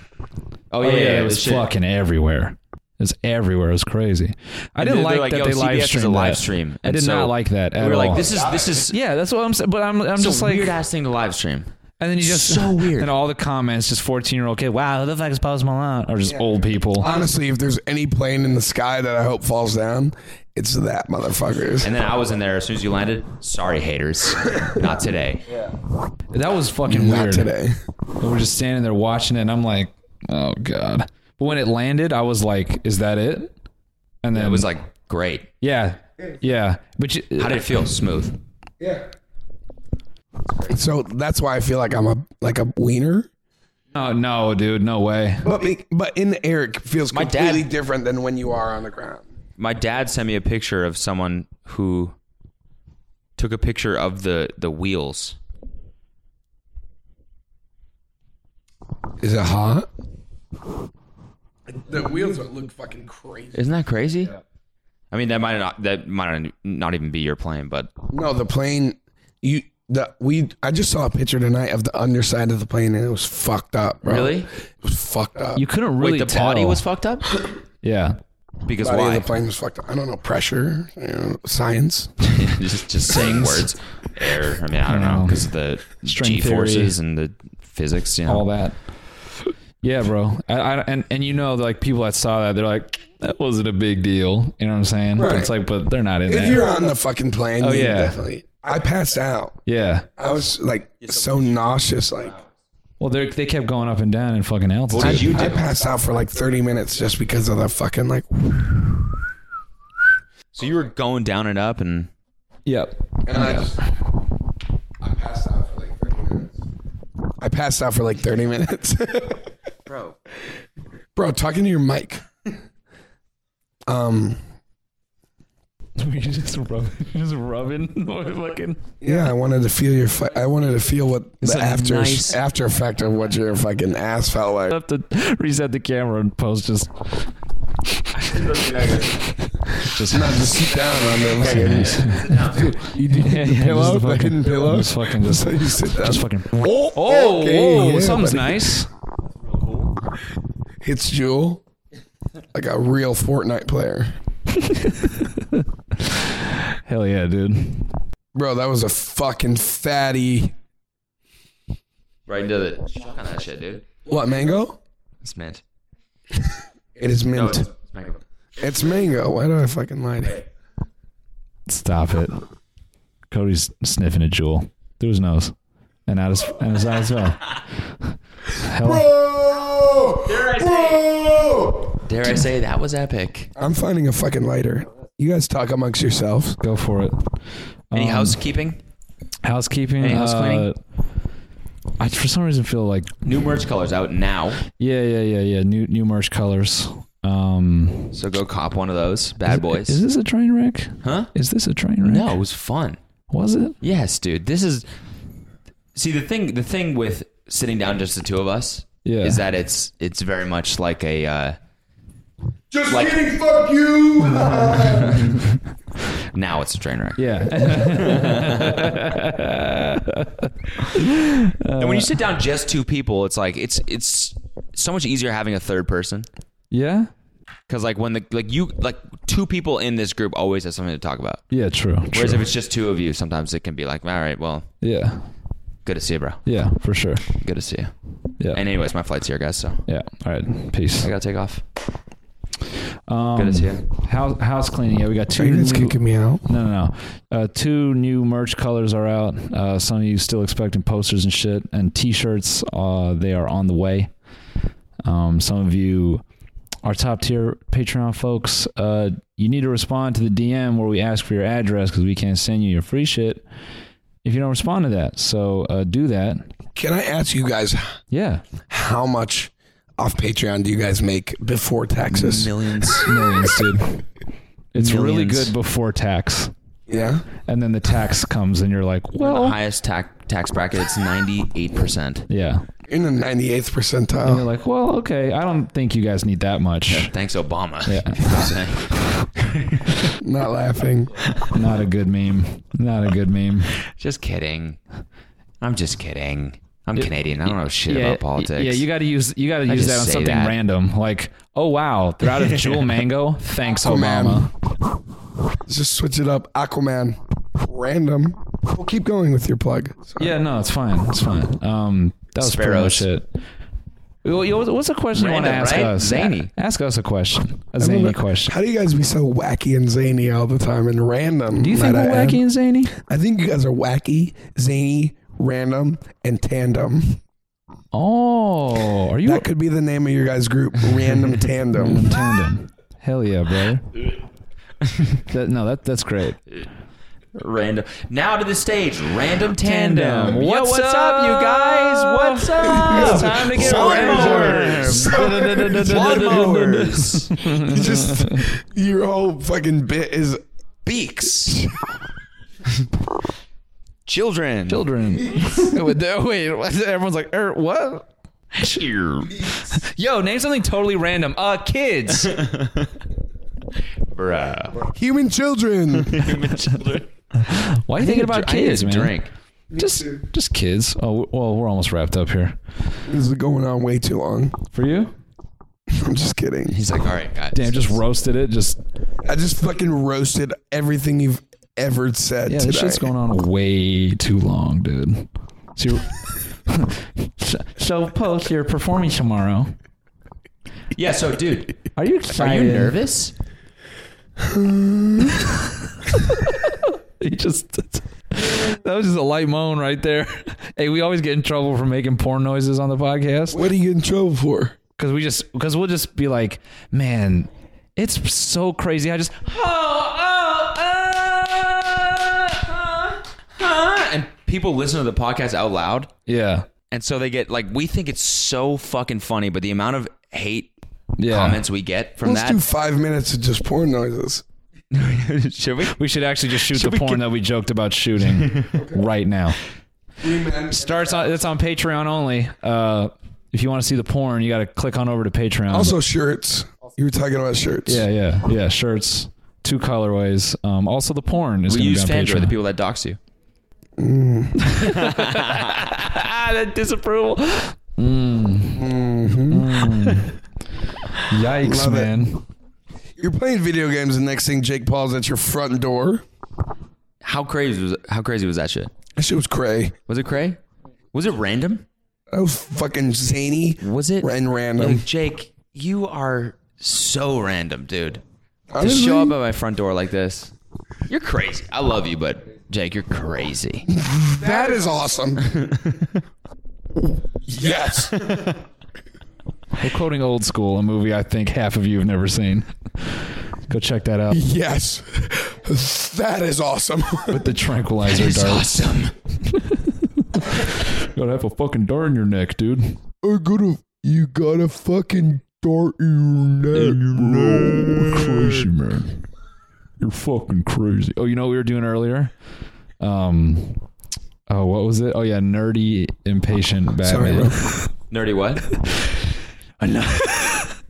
Speaker 1: Oh
Speaker 2: yeah, it
Speaker 1: the
Speaker 2: was
Speaker 1: shit.
Speaker 2: fucking everywhere. It was everywhere. It was crazy. I
Speaker 1: And
Speaker 2: didn't
Speaker 1: they're
Speaker 2: like,
Speaker 1: like,
Speaker 2: that
Speaker 1: "Yo,
Speaker 2: they
Speaker 1: CBS
Speaker 2: live
Speaker 1: is a
Speaker 2: streamed
Speaker 1: live
Speaker 2: that.
Speaker 1: stream."
Speaker 2: I
Speaker 1: And
Speaker 2: did
Speaker 1: so
Speaker 2: not like that
Speaker 1: We
Speaker 2: at
Speaker 1: were
Speaker 2: all.
Speaker 1: like, "This is this is."
Speaker 2: yeah, that's what I'm saying. But I'm I'm just like
Speaker 1: weird ass thing to live stream.
Speaker 2: And then you just
Speaker 1: So weird.
Speaker 2: And all the comments, just fourteen year old kid. Wow, who the fuck is Post Malone? Or just old people.
Speaker 3: Honestly, if there's any plane in the sky that I hope falls down, it's that motherfuckers.
Speaker 1: And then I was in there as soon as you landed. Sorry, haters. Not today.
Speaker 2: that was fucking
Speaker 3: Not
Speaker 2: weird.
Speaker 3: today.
Speaker 2: We were just standing there watching it, and I'm like, oh god. But when it landed, I was like, is that it? And then
Speaker 1: It was like great.
Speaker 2: yeah, yeah. But you,
Speaker 1: How did it feel? Smooth.
Speaker 3: So that's why I feel like I'm a like a wiener.
Speaker 2: no, no, dude, no way.
Speaker 3: But be- but in the air, it feels
Speaker 1: My dad-
Speaker 3: completely different than when you are on the ground.
Speaker 1: my dad sent me a picture of someone who took a picture of the the wheels.
Speaker 3: Is it hot? The wheels look fucking crazy.
Speaker 1: Isn't that crazy? I mean, that might not that might not even be your plane, but
Speaker 3: No, the plane. You the we. I just saw a picture tonight of the underside of the plane, and it was fucked up. Bro.
Speaker 1: Really?
Speaker 3: It was fucked up.
Speaker 2: You couldn't really
Speaker 1: wait, the
Speaker 2: tell.
Speaker 1: body was fucked up
Speaker 2: yeah.
Speaker 1: because
Speaker 3: Body of
Speaker 1: why?
Speaker 3: the plane was fucked up. I don't know pressure, you know, science.
Speaker 1: just just saying words. Air. I mean, I don't know
Speaker 2: No.
Speaker 1: because the g
Speaker 2: String
Speaker 1: forces and the physics. You know,
Speaker 2: all that. Yeah, bro. I, I, and and you know, like people that saw that, they're like, that wasn't a big deal. You know what I'm saying?
Speaker 3: Right.
Speaker 2: It's like, but they're not in
Speaker 3: If
Speaker 2: there.
Speaker 3: you're on the fucking plane,
Speaker 2: Oh,
Speaker 3: you
Speaker 2: yeah.
Speaker 3: definitely. I passed out.
Speaker 2: Yeah.
Speaker 3: I was like so nauseous. Like
Speaker 2: Well, they they kept going up and down in fucking altitude.
Speaker 3: I, I passed out for like 30 minutes just because of the fucking like.
Speaker 5: So you were going down and up, and
Speaker 2: Yep.
Speaker 3: And I just. I passed out for like 30 minutes. I passed out for like 30 minutes.
Speaker 5: bro,
Speaker 3: Bro, talking to your mic. Um.
Speaker 2: You're just rubbing, just rubbing, fucking.
Speaker 3: Yeah, I wanted to feel your. Fu- I wanted to feel what the
Speaker 5: a
Speaker 3: after
Speaker 5: nice-
Speaker 3: after effect of what your fucking ass felt like.
Speaker 2: have to reset the camera and post just.
Speaker 3: Just not just sit down on the fucking. you do
Speaker 2: Yeah,
Speaker 3: the
Speaker 2: yeah,
Speaker 3: pillow,
Speaker 2: just the fucking-
Speaker 3: fucking pillow.
Speaker 2: just fucking-
Speaker 3: That's how you sit down.
Speaker 2: Just fucking.
Speaker 3: Oh,
Speaker 2: Oh,
Speaker 3: okay,
Speaker 2: whoa,
Speaker 3: yeah,
Speaker 2: something's
Speaker 3: buddy.
Speaker 2: nice.
Speaker 3: Hits Jewel like a real Fortnite player,
Speaker 2: Hell yeah, dude.
Speaker 3: bro. That was a fucking fatty.
Speaker 5: right into the shock on that shit, dude.
Speaker 3: What mango?
Speaker 5: It's mint.
Speaker 3: It is
Speaker 5: No,
Speaker 3: mint.
Speaker 5: it's, it's mango.
Speaker 3: It's mango. Why did I fucking lie? To you?
Speaker 2: Stop it. Cody's sniffing a jewel through his nose and out his and his eyes well. Hell,
Speaker 3: Bro, bro.
Speaker 5: Dare I say that was epic?
Speaker 3: I'm finding a fucking lighter. You guys talk amongst yourselves.
Speaker 2: go for it.
Speaker 5: Any
Speaker 2: Um,
Speaker 5: housekeeping?
Speaker 2: housekeeping?
Speaker 5: any house cleaning?
Speaker 2: uh, I for some reason feel like
Speaker 5: New merch colors out now,
Speaker 2: yeah, yeah, yeah, yeah. New new merch colors. Um,
Speaker 5: so go cop one of those bad boys.
Speaker 2: Is this a train wreck?
Speaker 5: huh?
Speaker 2: Is this a train wreck?
Speaker 5: No, it was fun.
Speaker 2: Was it?
Speaker 5: Yes, dude. This is see the thing. The thing with sitting down just the two of us
Speaker 2: Yeah.
Speaker 5: is that it's it's very much like a uh,
Speaker 7: Just
Speaker 5: Like-
Speaker 7: kidding, fuck you!
Speaker 5: now it's a train wreck.
Speaker 2: Yeah.
Speaker 5: and when you sit down just two people, it's like it's it's so much easier having a third person
Speaker 2: yeah.
Speaker 5: because like when the like you like two people in this group always have something to talk about.
Speaker 2: Yeah. True.
Speaker 5: Whereas
Speaker 2: true.
Speaker 5: if it's just two of you, sometimes it can be like, all right, well,
Speaker 2: yeah.
Speaker 5: good to see you, bro.
Speaker 2: Yeah. For sure.
Speaker 5: Good to see you.
Speaker 2: Yeah.
Speaker 5: And anyways, my flight's here, guys. So
Speaker 2: yeah. All right. Peace.
Speaker 5: I gotta take off.
Speaker 2: Um,
Speaker 5: Good to see you.
Speaker 2: House, house cleaning. Yeah, we got two.
Speaker 3: Are you guys
Speaker 2: new-
Speaker 3: kicking me out?
Speaker 2: no, no, no. Uh, two new merch colors are out. Uh, some of you still expecting posters and shit and T-shirts. Uh, they are on the way. Um, some of you are top tier Patreon folks. Uh, you need to respond to the DM where we ask for your address because we can't send you your free shit if you don't respond to that. So uh, do that.
Speaker 3: Can I ask you guys
Speaker 2: Yeah,
Speaker 3: how much off Patreon do you guys make before taxes?
Speaker 5: Millions.
Speaker 2: millions, dude. It's really
Speaker 5: Millions.
Speaker 2: good before tax,
Speaker 3: Yeah.
Speaker 2: and then the tax comes, and you're like,
Speaker 5: the
Speaker 2: well,
Speaker 5: highest tax tax bracket. It's ninety eight percent.
Speaker 2: yeah.
Speaker 3: In the 98th
Speaker 2: And you're
Speaker 3: percentile.
Speaker 2: like, well, okay, I don't think you guys need that much.
Speaker 5: Thanks, Obama.
Speaker 2: Yeah.
Speaker 5: You know what
Speaker 3: Not
Speaker 5: I'm saying?
Speaker 3: laughing.
Speaker 2: Not a good meme. Not a good meme.
Speaker 5: just kidding. I'm just kidding. I'm Canadian. I don't know shit
Speaker 2: yeah,
Speaker 5: about politics.
Speaker 2: Yeah, you got to use you got to use
Speaker 5: just
Speaker 2: that on
Speaker 5: say
Speaker 2: something
Speaker 5: that.
Speaker 2: random, like, oh wow, they're out of jewel mango. Thanks, Obama.
Speaker 3: Let's just switch it up. Aquaman. Random. We'll keep going with your plug. Sorry.
Speaker 2: Yeah, no, it's fine. It's fine. Um, that was
Speaker 5: Sparrows.
Speaker 2: pretty much it. Well, yo, What's a question you
Speaker 5: Random,
Speaker 2: want to ask
Speaker 5: right?
Speaker 2: us?
Speaker 5: Zany.
Speaker 2: Ask us a question. A
Speaker 3: I don't
Speaker 2: zany
Speaker 3: know.
Speaker 2: question.
Speaker 3: How do you guys be so wacky and zany all the time and random?
Speaker 2: Do you think
Speaker 3: might
Speaker 2: we're
Speaker 3: I add?
Speaker 2: wacky and zany?
Speaker 3: I think you guys are wacky, zany, random, and tandem.
Speaker 2: Oh, are you
Speaker 3: That could be the name of your guys' group, Random Tandem.
Speaker 2: tandem? Hell yeah, brother. That- no, that that's great.
Speaker 5: random. Now to the stage, random tandem.
Speaker 1: um,
Speaker 2: Tandem.
Speaker 5: Yo,
Speaker 2: What's
Speaker 5: what's, up? you guys? What's up?
Speaker 3: It's time to get random.
Speaker 5: Lawnmowers.
Speaker 3: You just your whole fucking bit is beaks.
Speaker 5: Children.
Speaker 2: Children. wait, no, wait, what? everyone's like, er, what? Yo, name something totally random. Uh, kids.
Speaker 5: Bruh.
Speaker 3: Human children.
Speaker 2: Why are you thinking about
Speaker 5: I need a
Speaker 2: kids, man?
Speaker 5: drink.
Speaker 2: Just, just kids. Oh, w- well, we're almost wrapped up here.
Speaker 3: this is going on way too long.
Speaker 2: For you?
Speaker 3: I'm just kidding.
Speaker 5: He's like, all right, guys.
Speaker 2: Damn, just roasted it. Just
Speaker 3: I just fucking roasted everything you've ever said
Speaker 2: yeah,
Speaker 3: today.
Speaker 2: this shit's going on way too long, dude. So you're,
Speaker 4: so, so post, you're performing tomorrow.
Speaker 1: Yeah. So, dude,
Speaker 4: Are you
Speaker 1: are
Speaker 4: excited?
Speaker 1: you nervous?
Speaker 2: He just that was just a light moan right there. Hey, we always get in trouble for making porn noises on the podcast
Speaker 3: What are you get in trouble for?
Speaker 2: because we just because we'll just be like, man, it's so crazy. I just
Speaker 1: Oh, uh, Huh? uh, And people listen to the podcast out loud,
Speaker 2: yeah
Speaker 1: and so they get like we think it's so fucking funny, but the amount of hate
Speaker 5: Ah.
Speaker 2: yeah.
Speaker 1: comments we get from
Speaker 3: Let's do five minutes of just porn noises.
Speaker 1: that, should we?
Speaker 2: We should actually just shoot the porn that we joked about shooting right now. Starts on it's on Patreon only. Uh, if you want to see the porn, you got to click on over to Patreon.
Speaker 3: Also shirts. You were talking about shirts.
Speaker 2: yeah, yeah, yeah. Shirts, two colorways. Um, also the porn is
Speaker 1: We
Speaker 2: going to be
Speaker 1: use
Speaker 2: on
Speaker 1: Fanjoy, the
Speaker 2: Patreon. Mm.
Speaker 1: people that dox you.
Speaker 2: ah, that disapproval. Mm. Mm. Yikes,
Speaker 3: Love it.
Speaker 2: man.
Speaker 3: You're playing video games, and next thing Jake Paul's at your front door.
Speaker 1: How crazy was how crazy was that shit?
Speaker 3: That shit was cray.
Speaker 1: Was it cray? Was it random?
Speaker 3: That was fucking zany
Speaker 1: Was it
Speaker 3: and random.
Speaker 1: Like, Jake, you are so random, dude. To
Speaker 3: Honestly,
Speaker 1: show up at my front door like this, you're crazy. I love you, but Jake, you're crazy.
Speaker 3: that is awesome. yes.
Speaker 2: We're quoting old school, a movie I think half of you have never seen. Go check that out.
Speaker 3: Yes. That is awesome.
Speaker 2: With the tranquilizer
Speaker 1: It's
Speaker 2: dart.
Speaker 1: awesome.
Speaker 2: You gotta have a fucking dart in your neck, dude.
Speaker 3: I gotta, you gotta fucking dart your neck, bro.
Speaker 2: crazy man you're fucking crazy oh you know what we were doing earlier um oh what was it oh yeah nerdy impatient
Speaker 3: Sorry,
Speaker 2: batman
Speaker 1: Nerdy what?
Speaker 4: Enough.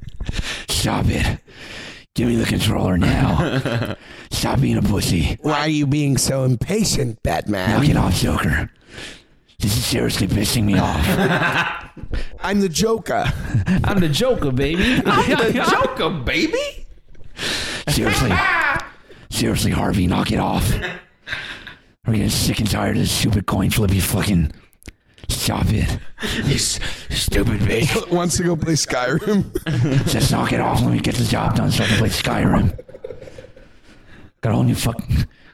Speaker 4: Stop it. Give me the controller now. Stop being a pussy.
Speaker 3: Why are you being so impatient,
Speaker 4: Now
Speaker 3: Batman?
Speaker 4: get off, Joker. This is seriously pissing me off.
Speaker 3: I'm the Joker.
Speaker 4: I'm the Joker, baby. I'm the
Speaker 1: Joker, baby.
Speaker 4: Seriously. Seriously, Harvey, knock it off. We're getting sick and tired of this stupid coin flippy fucking. Stop it. This stupid bitch.
Speaker 3: Wants to go play Skyrim.
Speaker 4: Just knock it off. Let me get the job done so I can play Skyrim. Got a whole new fuck,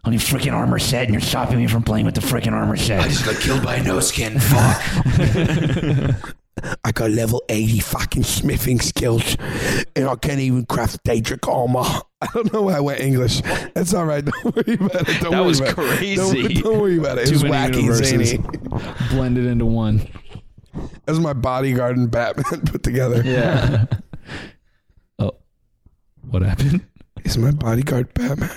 Speaker 4: whole new freaking armor set, and you're stopping me from playing with the freaking armor set.
Speaker 1: Just got killed by a no skin. Fuck.
Speaker 3: I got level 80 fucking smithing skills, and I can't even craft Daedric armor. I don't know why I went English. That's all right. Don't worry about it. Don't
Speaker 1: That
Speaker 3: worry
Speaker 1: was
Speaker 3: about It.
Speaker 1: crazy.
Speaker 3: Don't, don't worry about it. It was
Speaker 2: many
Speaker 3: wacky and
Speaker 2: universes.
Speaker 3: zany.
Speaker 2: blended into one
Speaker 3: That was my bodyguard and Batman put together.
Speaker 2: yeah oh what happened
Speaker 3: Is my bodyguard Batman?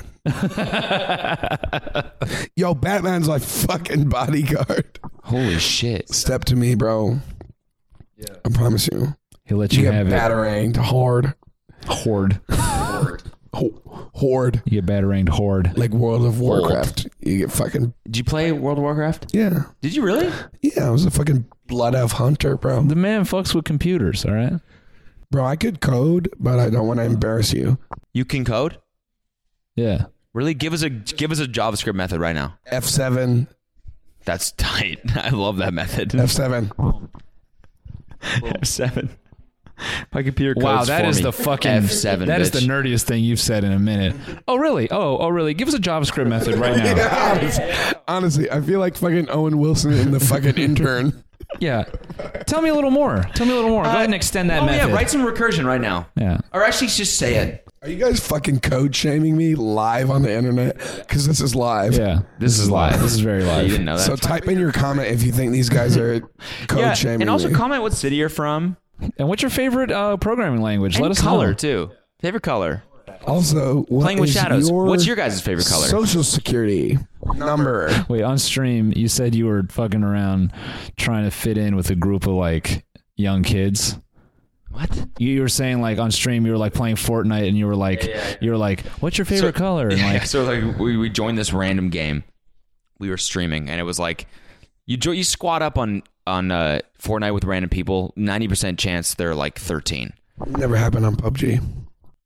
Speaker 3: Yo, Batman's my fucking bodyguard.
Speaker 1: Holy shit.
Speaker 3: Step to me, bro. I promise you.
Speaker 2: he'll let
Speaker 3: You
Speaker 2: you,
Speaker 3: get
Speaker 2: have
Speaker 3: batteranged hard.
Speaker 2: it horde
Speaker 3: Ho- horde.
Speaker 2: you get batteranged horde
Speaker 3: Like World of Warcraft. You get fucking.
Speaker 1: Did you play World of Warcraft?
Speaker 3: Yeah.
Speaker 1: Did you really?
Speaker 3: Yeah, I was a fucking blood elf hunter, bro.
Speaker 2: the man fucks with computers all right
Speaker 3: Bro, I could code, but I don't want to embarrass you.
Speaker 1: You can code?
Speaker 2: yeah
Speaker 1: Really? Give us a give us a JavaScript method right now.
Speaker 3: F7,
Speaker 1: That's tight. I love that method.
Speaker 3: F7.
Speaker 1: F7. My computer codes
Speaker 2: Wow, that
Speaker 1: for
Speaker 2: is
Speaker 1: me.
Speaker 2: the fucking
Speaker 1: F7.
Speaker 2: That is
Speaker 1: bitch.
Speaker 2: the nerdiest thing you've said in a minute. Oh really? Oh, oh really? Give us a JavaScript method right now.
Speaker 3: Honestly, I feel like fucking Owen Wilson in the fucking intern.
Speaker 2: yeah. Tell me a little more. Tell me a little more. Go ahead and extend that
Speaker 1: Oh
Speaker 2: method.
Speaker 1: yeah, write some recursion right now.
Speaker 2: Yeah.
Speaker 1: Or actually, just say it.
Speaker 3: Are you guys fucking code shaming me live on the internet? Because this is live.
Speaker 2: Yeah. This, is live. This is very
Speaker 1: You
Speaker 2: live.
Speaker 1: didn't know that.
Speaker 3: So type in your comment if you think these guys are code
Speaker 1: yeah,
Speaker 3: shaming
Speaker 1: and also
Speaker 3: me.
Speaker 1: comment what city you're from.
Speaker 2: and what's your favorite uh, programming language? Let
Speaker 1: and
Speaker 2: us
Speaker 1: color
Speaker 2: know.
Speaker 1: too. Favorite color.
Speaker 3: also, what
Speaker 1: Playing with
Speaker 3: is
Speaker 1: shadows.
Speaker 3: Your
Speaker 1: What's your guys' favorite color?
Speaker 3: Social security number.
Speaker 2: Wait, on stream, you said you were fucking around trying to fit in with a group of like young kids.
Speaker 1: what?
Speaker 2: You, you were saying like on stream, you were like playing Fortnite, and you were like, you were like, what's your favorite color? And
Speaker 1: Yeah,
Speaker 2: like,
Speaker 1: so like we, we joined this random game. We were streaming, and it was like you jo- you squat up on on uh, Fortnite with random people. Ninety percent chance they're like thirteen.
Speaker 3: Never happened on PUBG.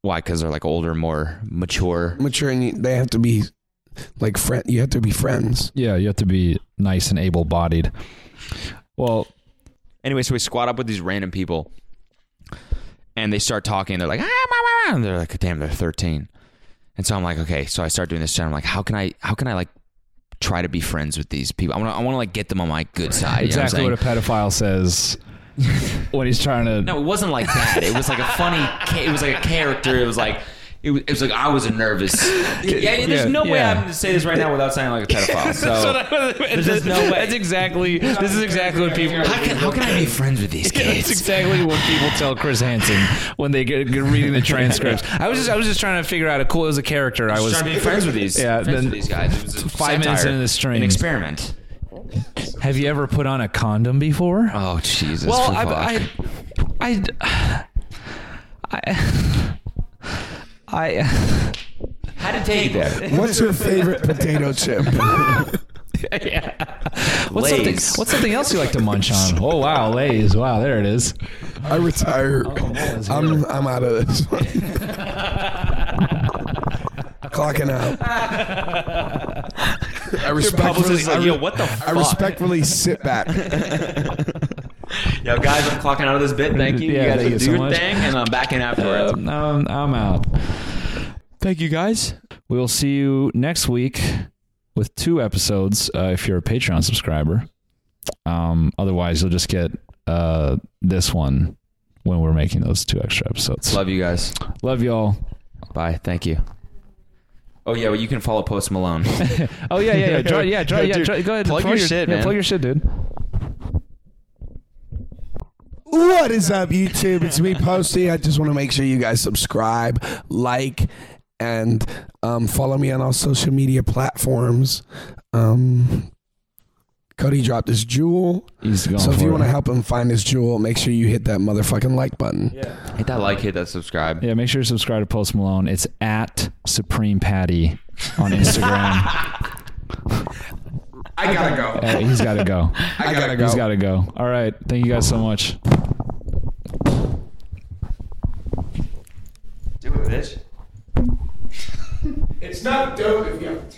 Speaker 1: Why? Because they're like older, more mature.
Speaker 3: Mature and you, they have to be like friend. You have to be friends.
Speaker 2: Yeah, you have to be nice and able bodied. Well,
Speaker 1: Anyway, so we squat up with these random people, and they start talking. They're like, ah, ah, ah, ah," and they're like, damn, they're thirteen. And so I'm like, okay. So I start doing this, and I'm like, how can I, how can I like try to be friends with these people? I want to, I want to like get them on my good side. you know what I'm
Speaker 2: exactly
Speaker 1: saying?
Speaker 2: what a pedophile says when he's trying to.
Speaker 1: No, it wasn't like that. It was like a funny. ca- It was like a character. It was like. It was, it was like I was a nervous. Yeah, there's no way
Speaker 2: yeah.
Speaker 1: I'm going to say this right now without sounding like a pedophile. So
Speaker 2: there's
Speaker 1: just no way.
Speaker 2: That's exactly. This is exactly what people.
Speaker 1: how can, how can I be friends with these
Speaker 2: That's
Speaker 1: kids?
Speaker 2: exactly what people tell Chris Hansen when they get, get reading the transcripts. I was just I was just trying to figure out a cool. It was a character. I was
Speaker 1: Trying to be friends with these.
Speaker 2: Yeah,
Speaker 1: Yeah, friends
Speaker 2: then
Speaker 1: with these guys. It was a
Speaker 2: five minutes
Speaker 1: satire,
Speaker 2: into the stream.
Speaker 1: An experiment.
Speaker 2: Have you ever put on a condom before?
Speaker 1: Oh Jesus!
Speaker 2: well,
Speaker 1: for fuck.
Speaker 2: I, I, I, I, I,
Speaker 1: how did take there?
Speaker 3: What's your favorite potato chip?
Speaker 2: what's something,
Speaker 1: Lays.
Speaker 2: what's something else you like to munch on? Oh wow, Lay's. Wow, there it is.
Speaker 3: I retire. I'm I'm out of this. one. Clocking out. I respectfully,
Speaker 1: Publicist
Speaker 3: I,
Speaker 1: like,
Speaker 3: re-
Speaker 1: yo, what the
Speaker 3: I
Speaker 1: fuck?
Speaker 3: respectfully sit back.
Speaker 1: yo, guys, I'm clocking out of this bit. Thank you.
Speaker 2: Yeah,
Speaker 1: you guys
Speaker 2: thank
Speaker 1: do
Speaker 2: you so
Speaker 1: your
Speaker 2: much.
Speaker 1: thing, and I'm back in afterwards.
Speaker 2: Um, um, I'm out.
Speaker 1: thank you, guys.
Speaker 2: We'll see you next week with two episodes uh, if you're a Patreon subscriber. Um, otherwise, you'll just get uh, this one when we're making those two extra episodes.
Speaker 1: Love you guys.
Speaker 2: Love y'all.
Speaker 1: Bye. Thank you. Oh yeah, well, you can follow Post Malone.
Speaker 2: Oh yeah, yeah, yeah. Draw, yeah, draw, yeah.
Speaker 1: Dude,
Speaker 2: Draw, go ahead.
Speaker 1: plug
Speaker 2: draw
Speaker 1: your shit,
Speaker 2: yeah,
Speaker 1: man.
Speaker 2: Plug your shit, dude.
Speaker 3: What is up, YouTube? It's me, Posty. I just want to make sure you guys subscribe, like, and um, follow me on all social media platforms. Um, Cody dropped his jewel.
Speaker 2: He's going
Speaker 3: So if
Speaker 2: for
Speaker 3: you
Speaker 2: it.
Speaker 3: want to help him find his jewel, make sure you hit that motherfucking like button.
Speaker 1: hit that like, hit that subscribe.
Speaker 2: Yeah, make sure you subscribe to Post Malone. It's at Supreme Patty on Instagram.
Speaker 3: I gotta go.
Speaker 2: Uh, he's got to go.
Speaker 3: I gotta
Speaker 2: He's
Speaker 3: go.
Speaker 2: got to go. All right. Thank you guys so much.
Speaker 9: It's not dope if you.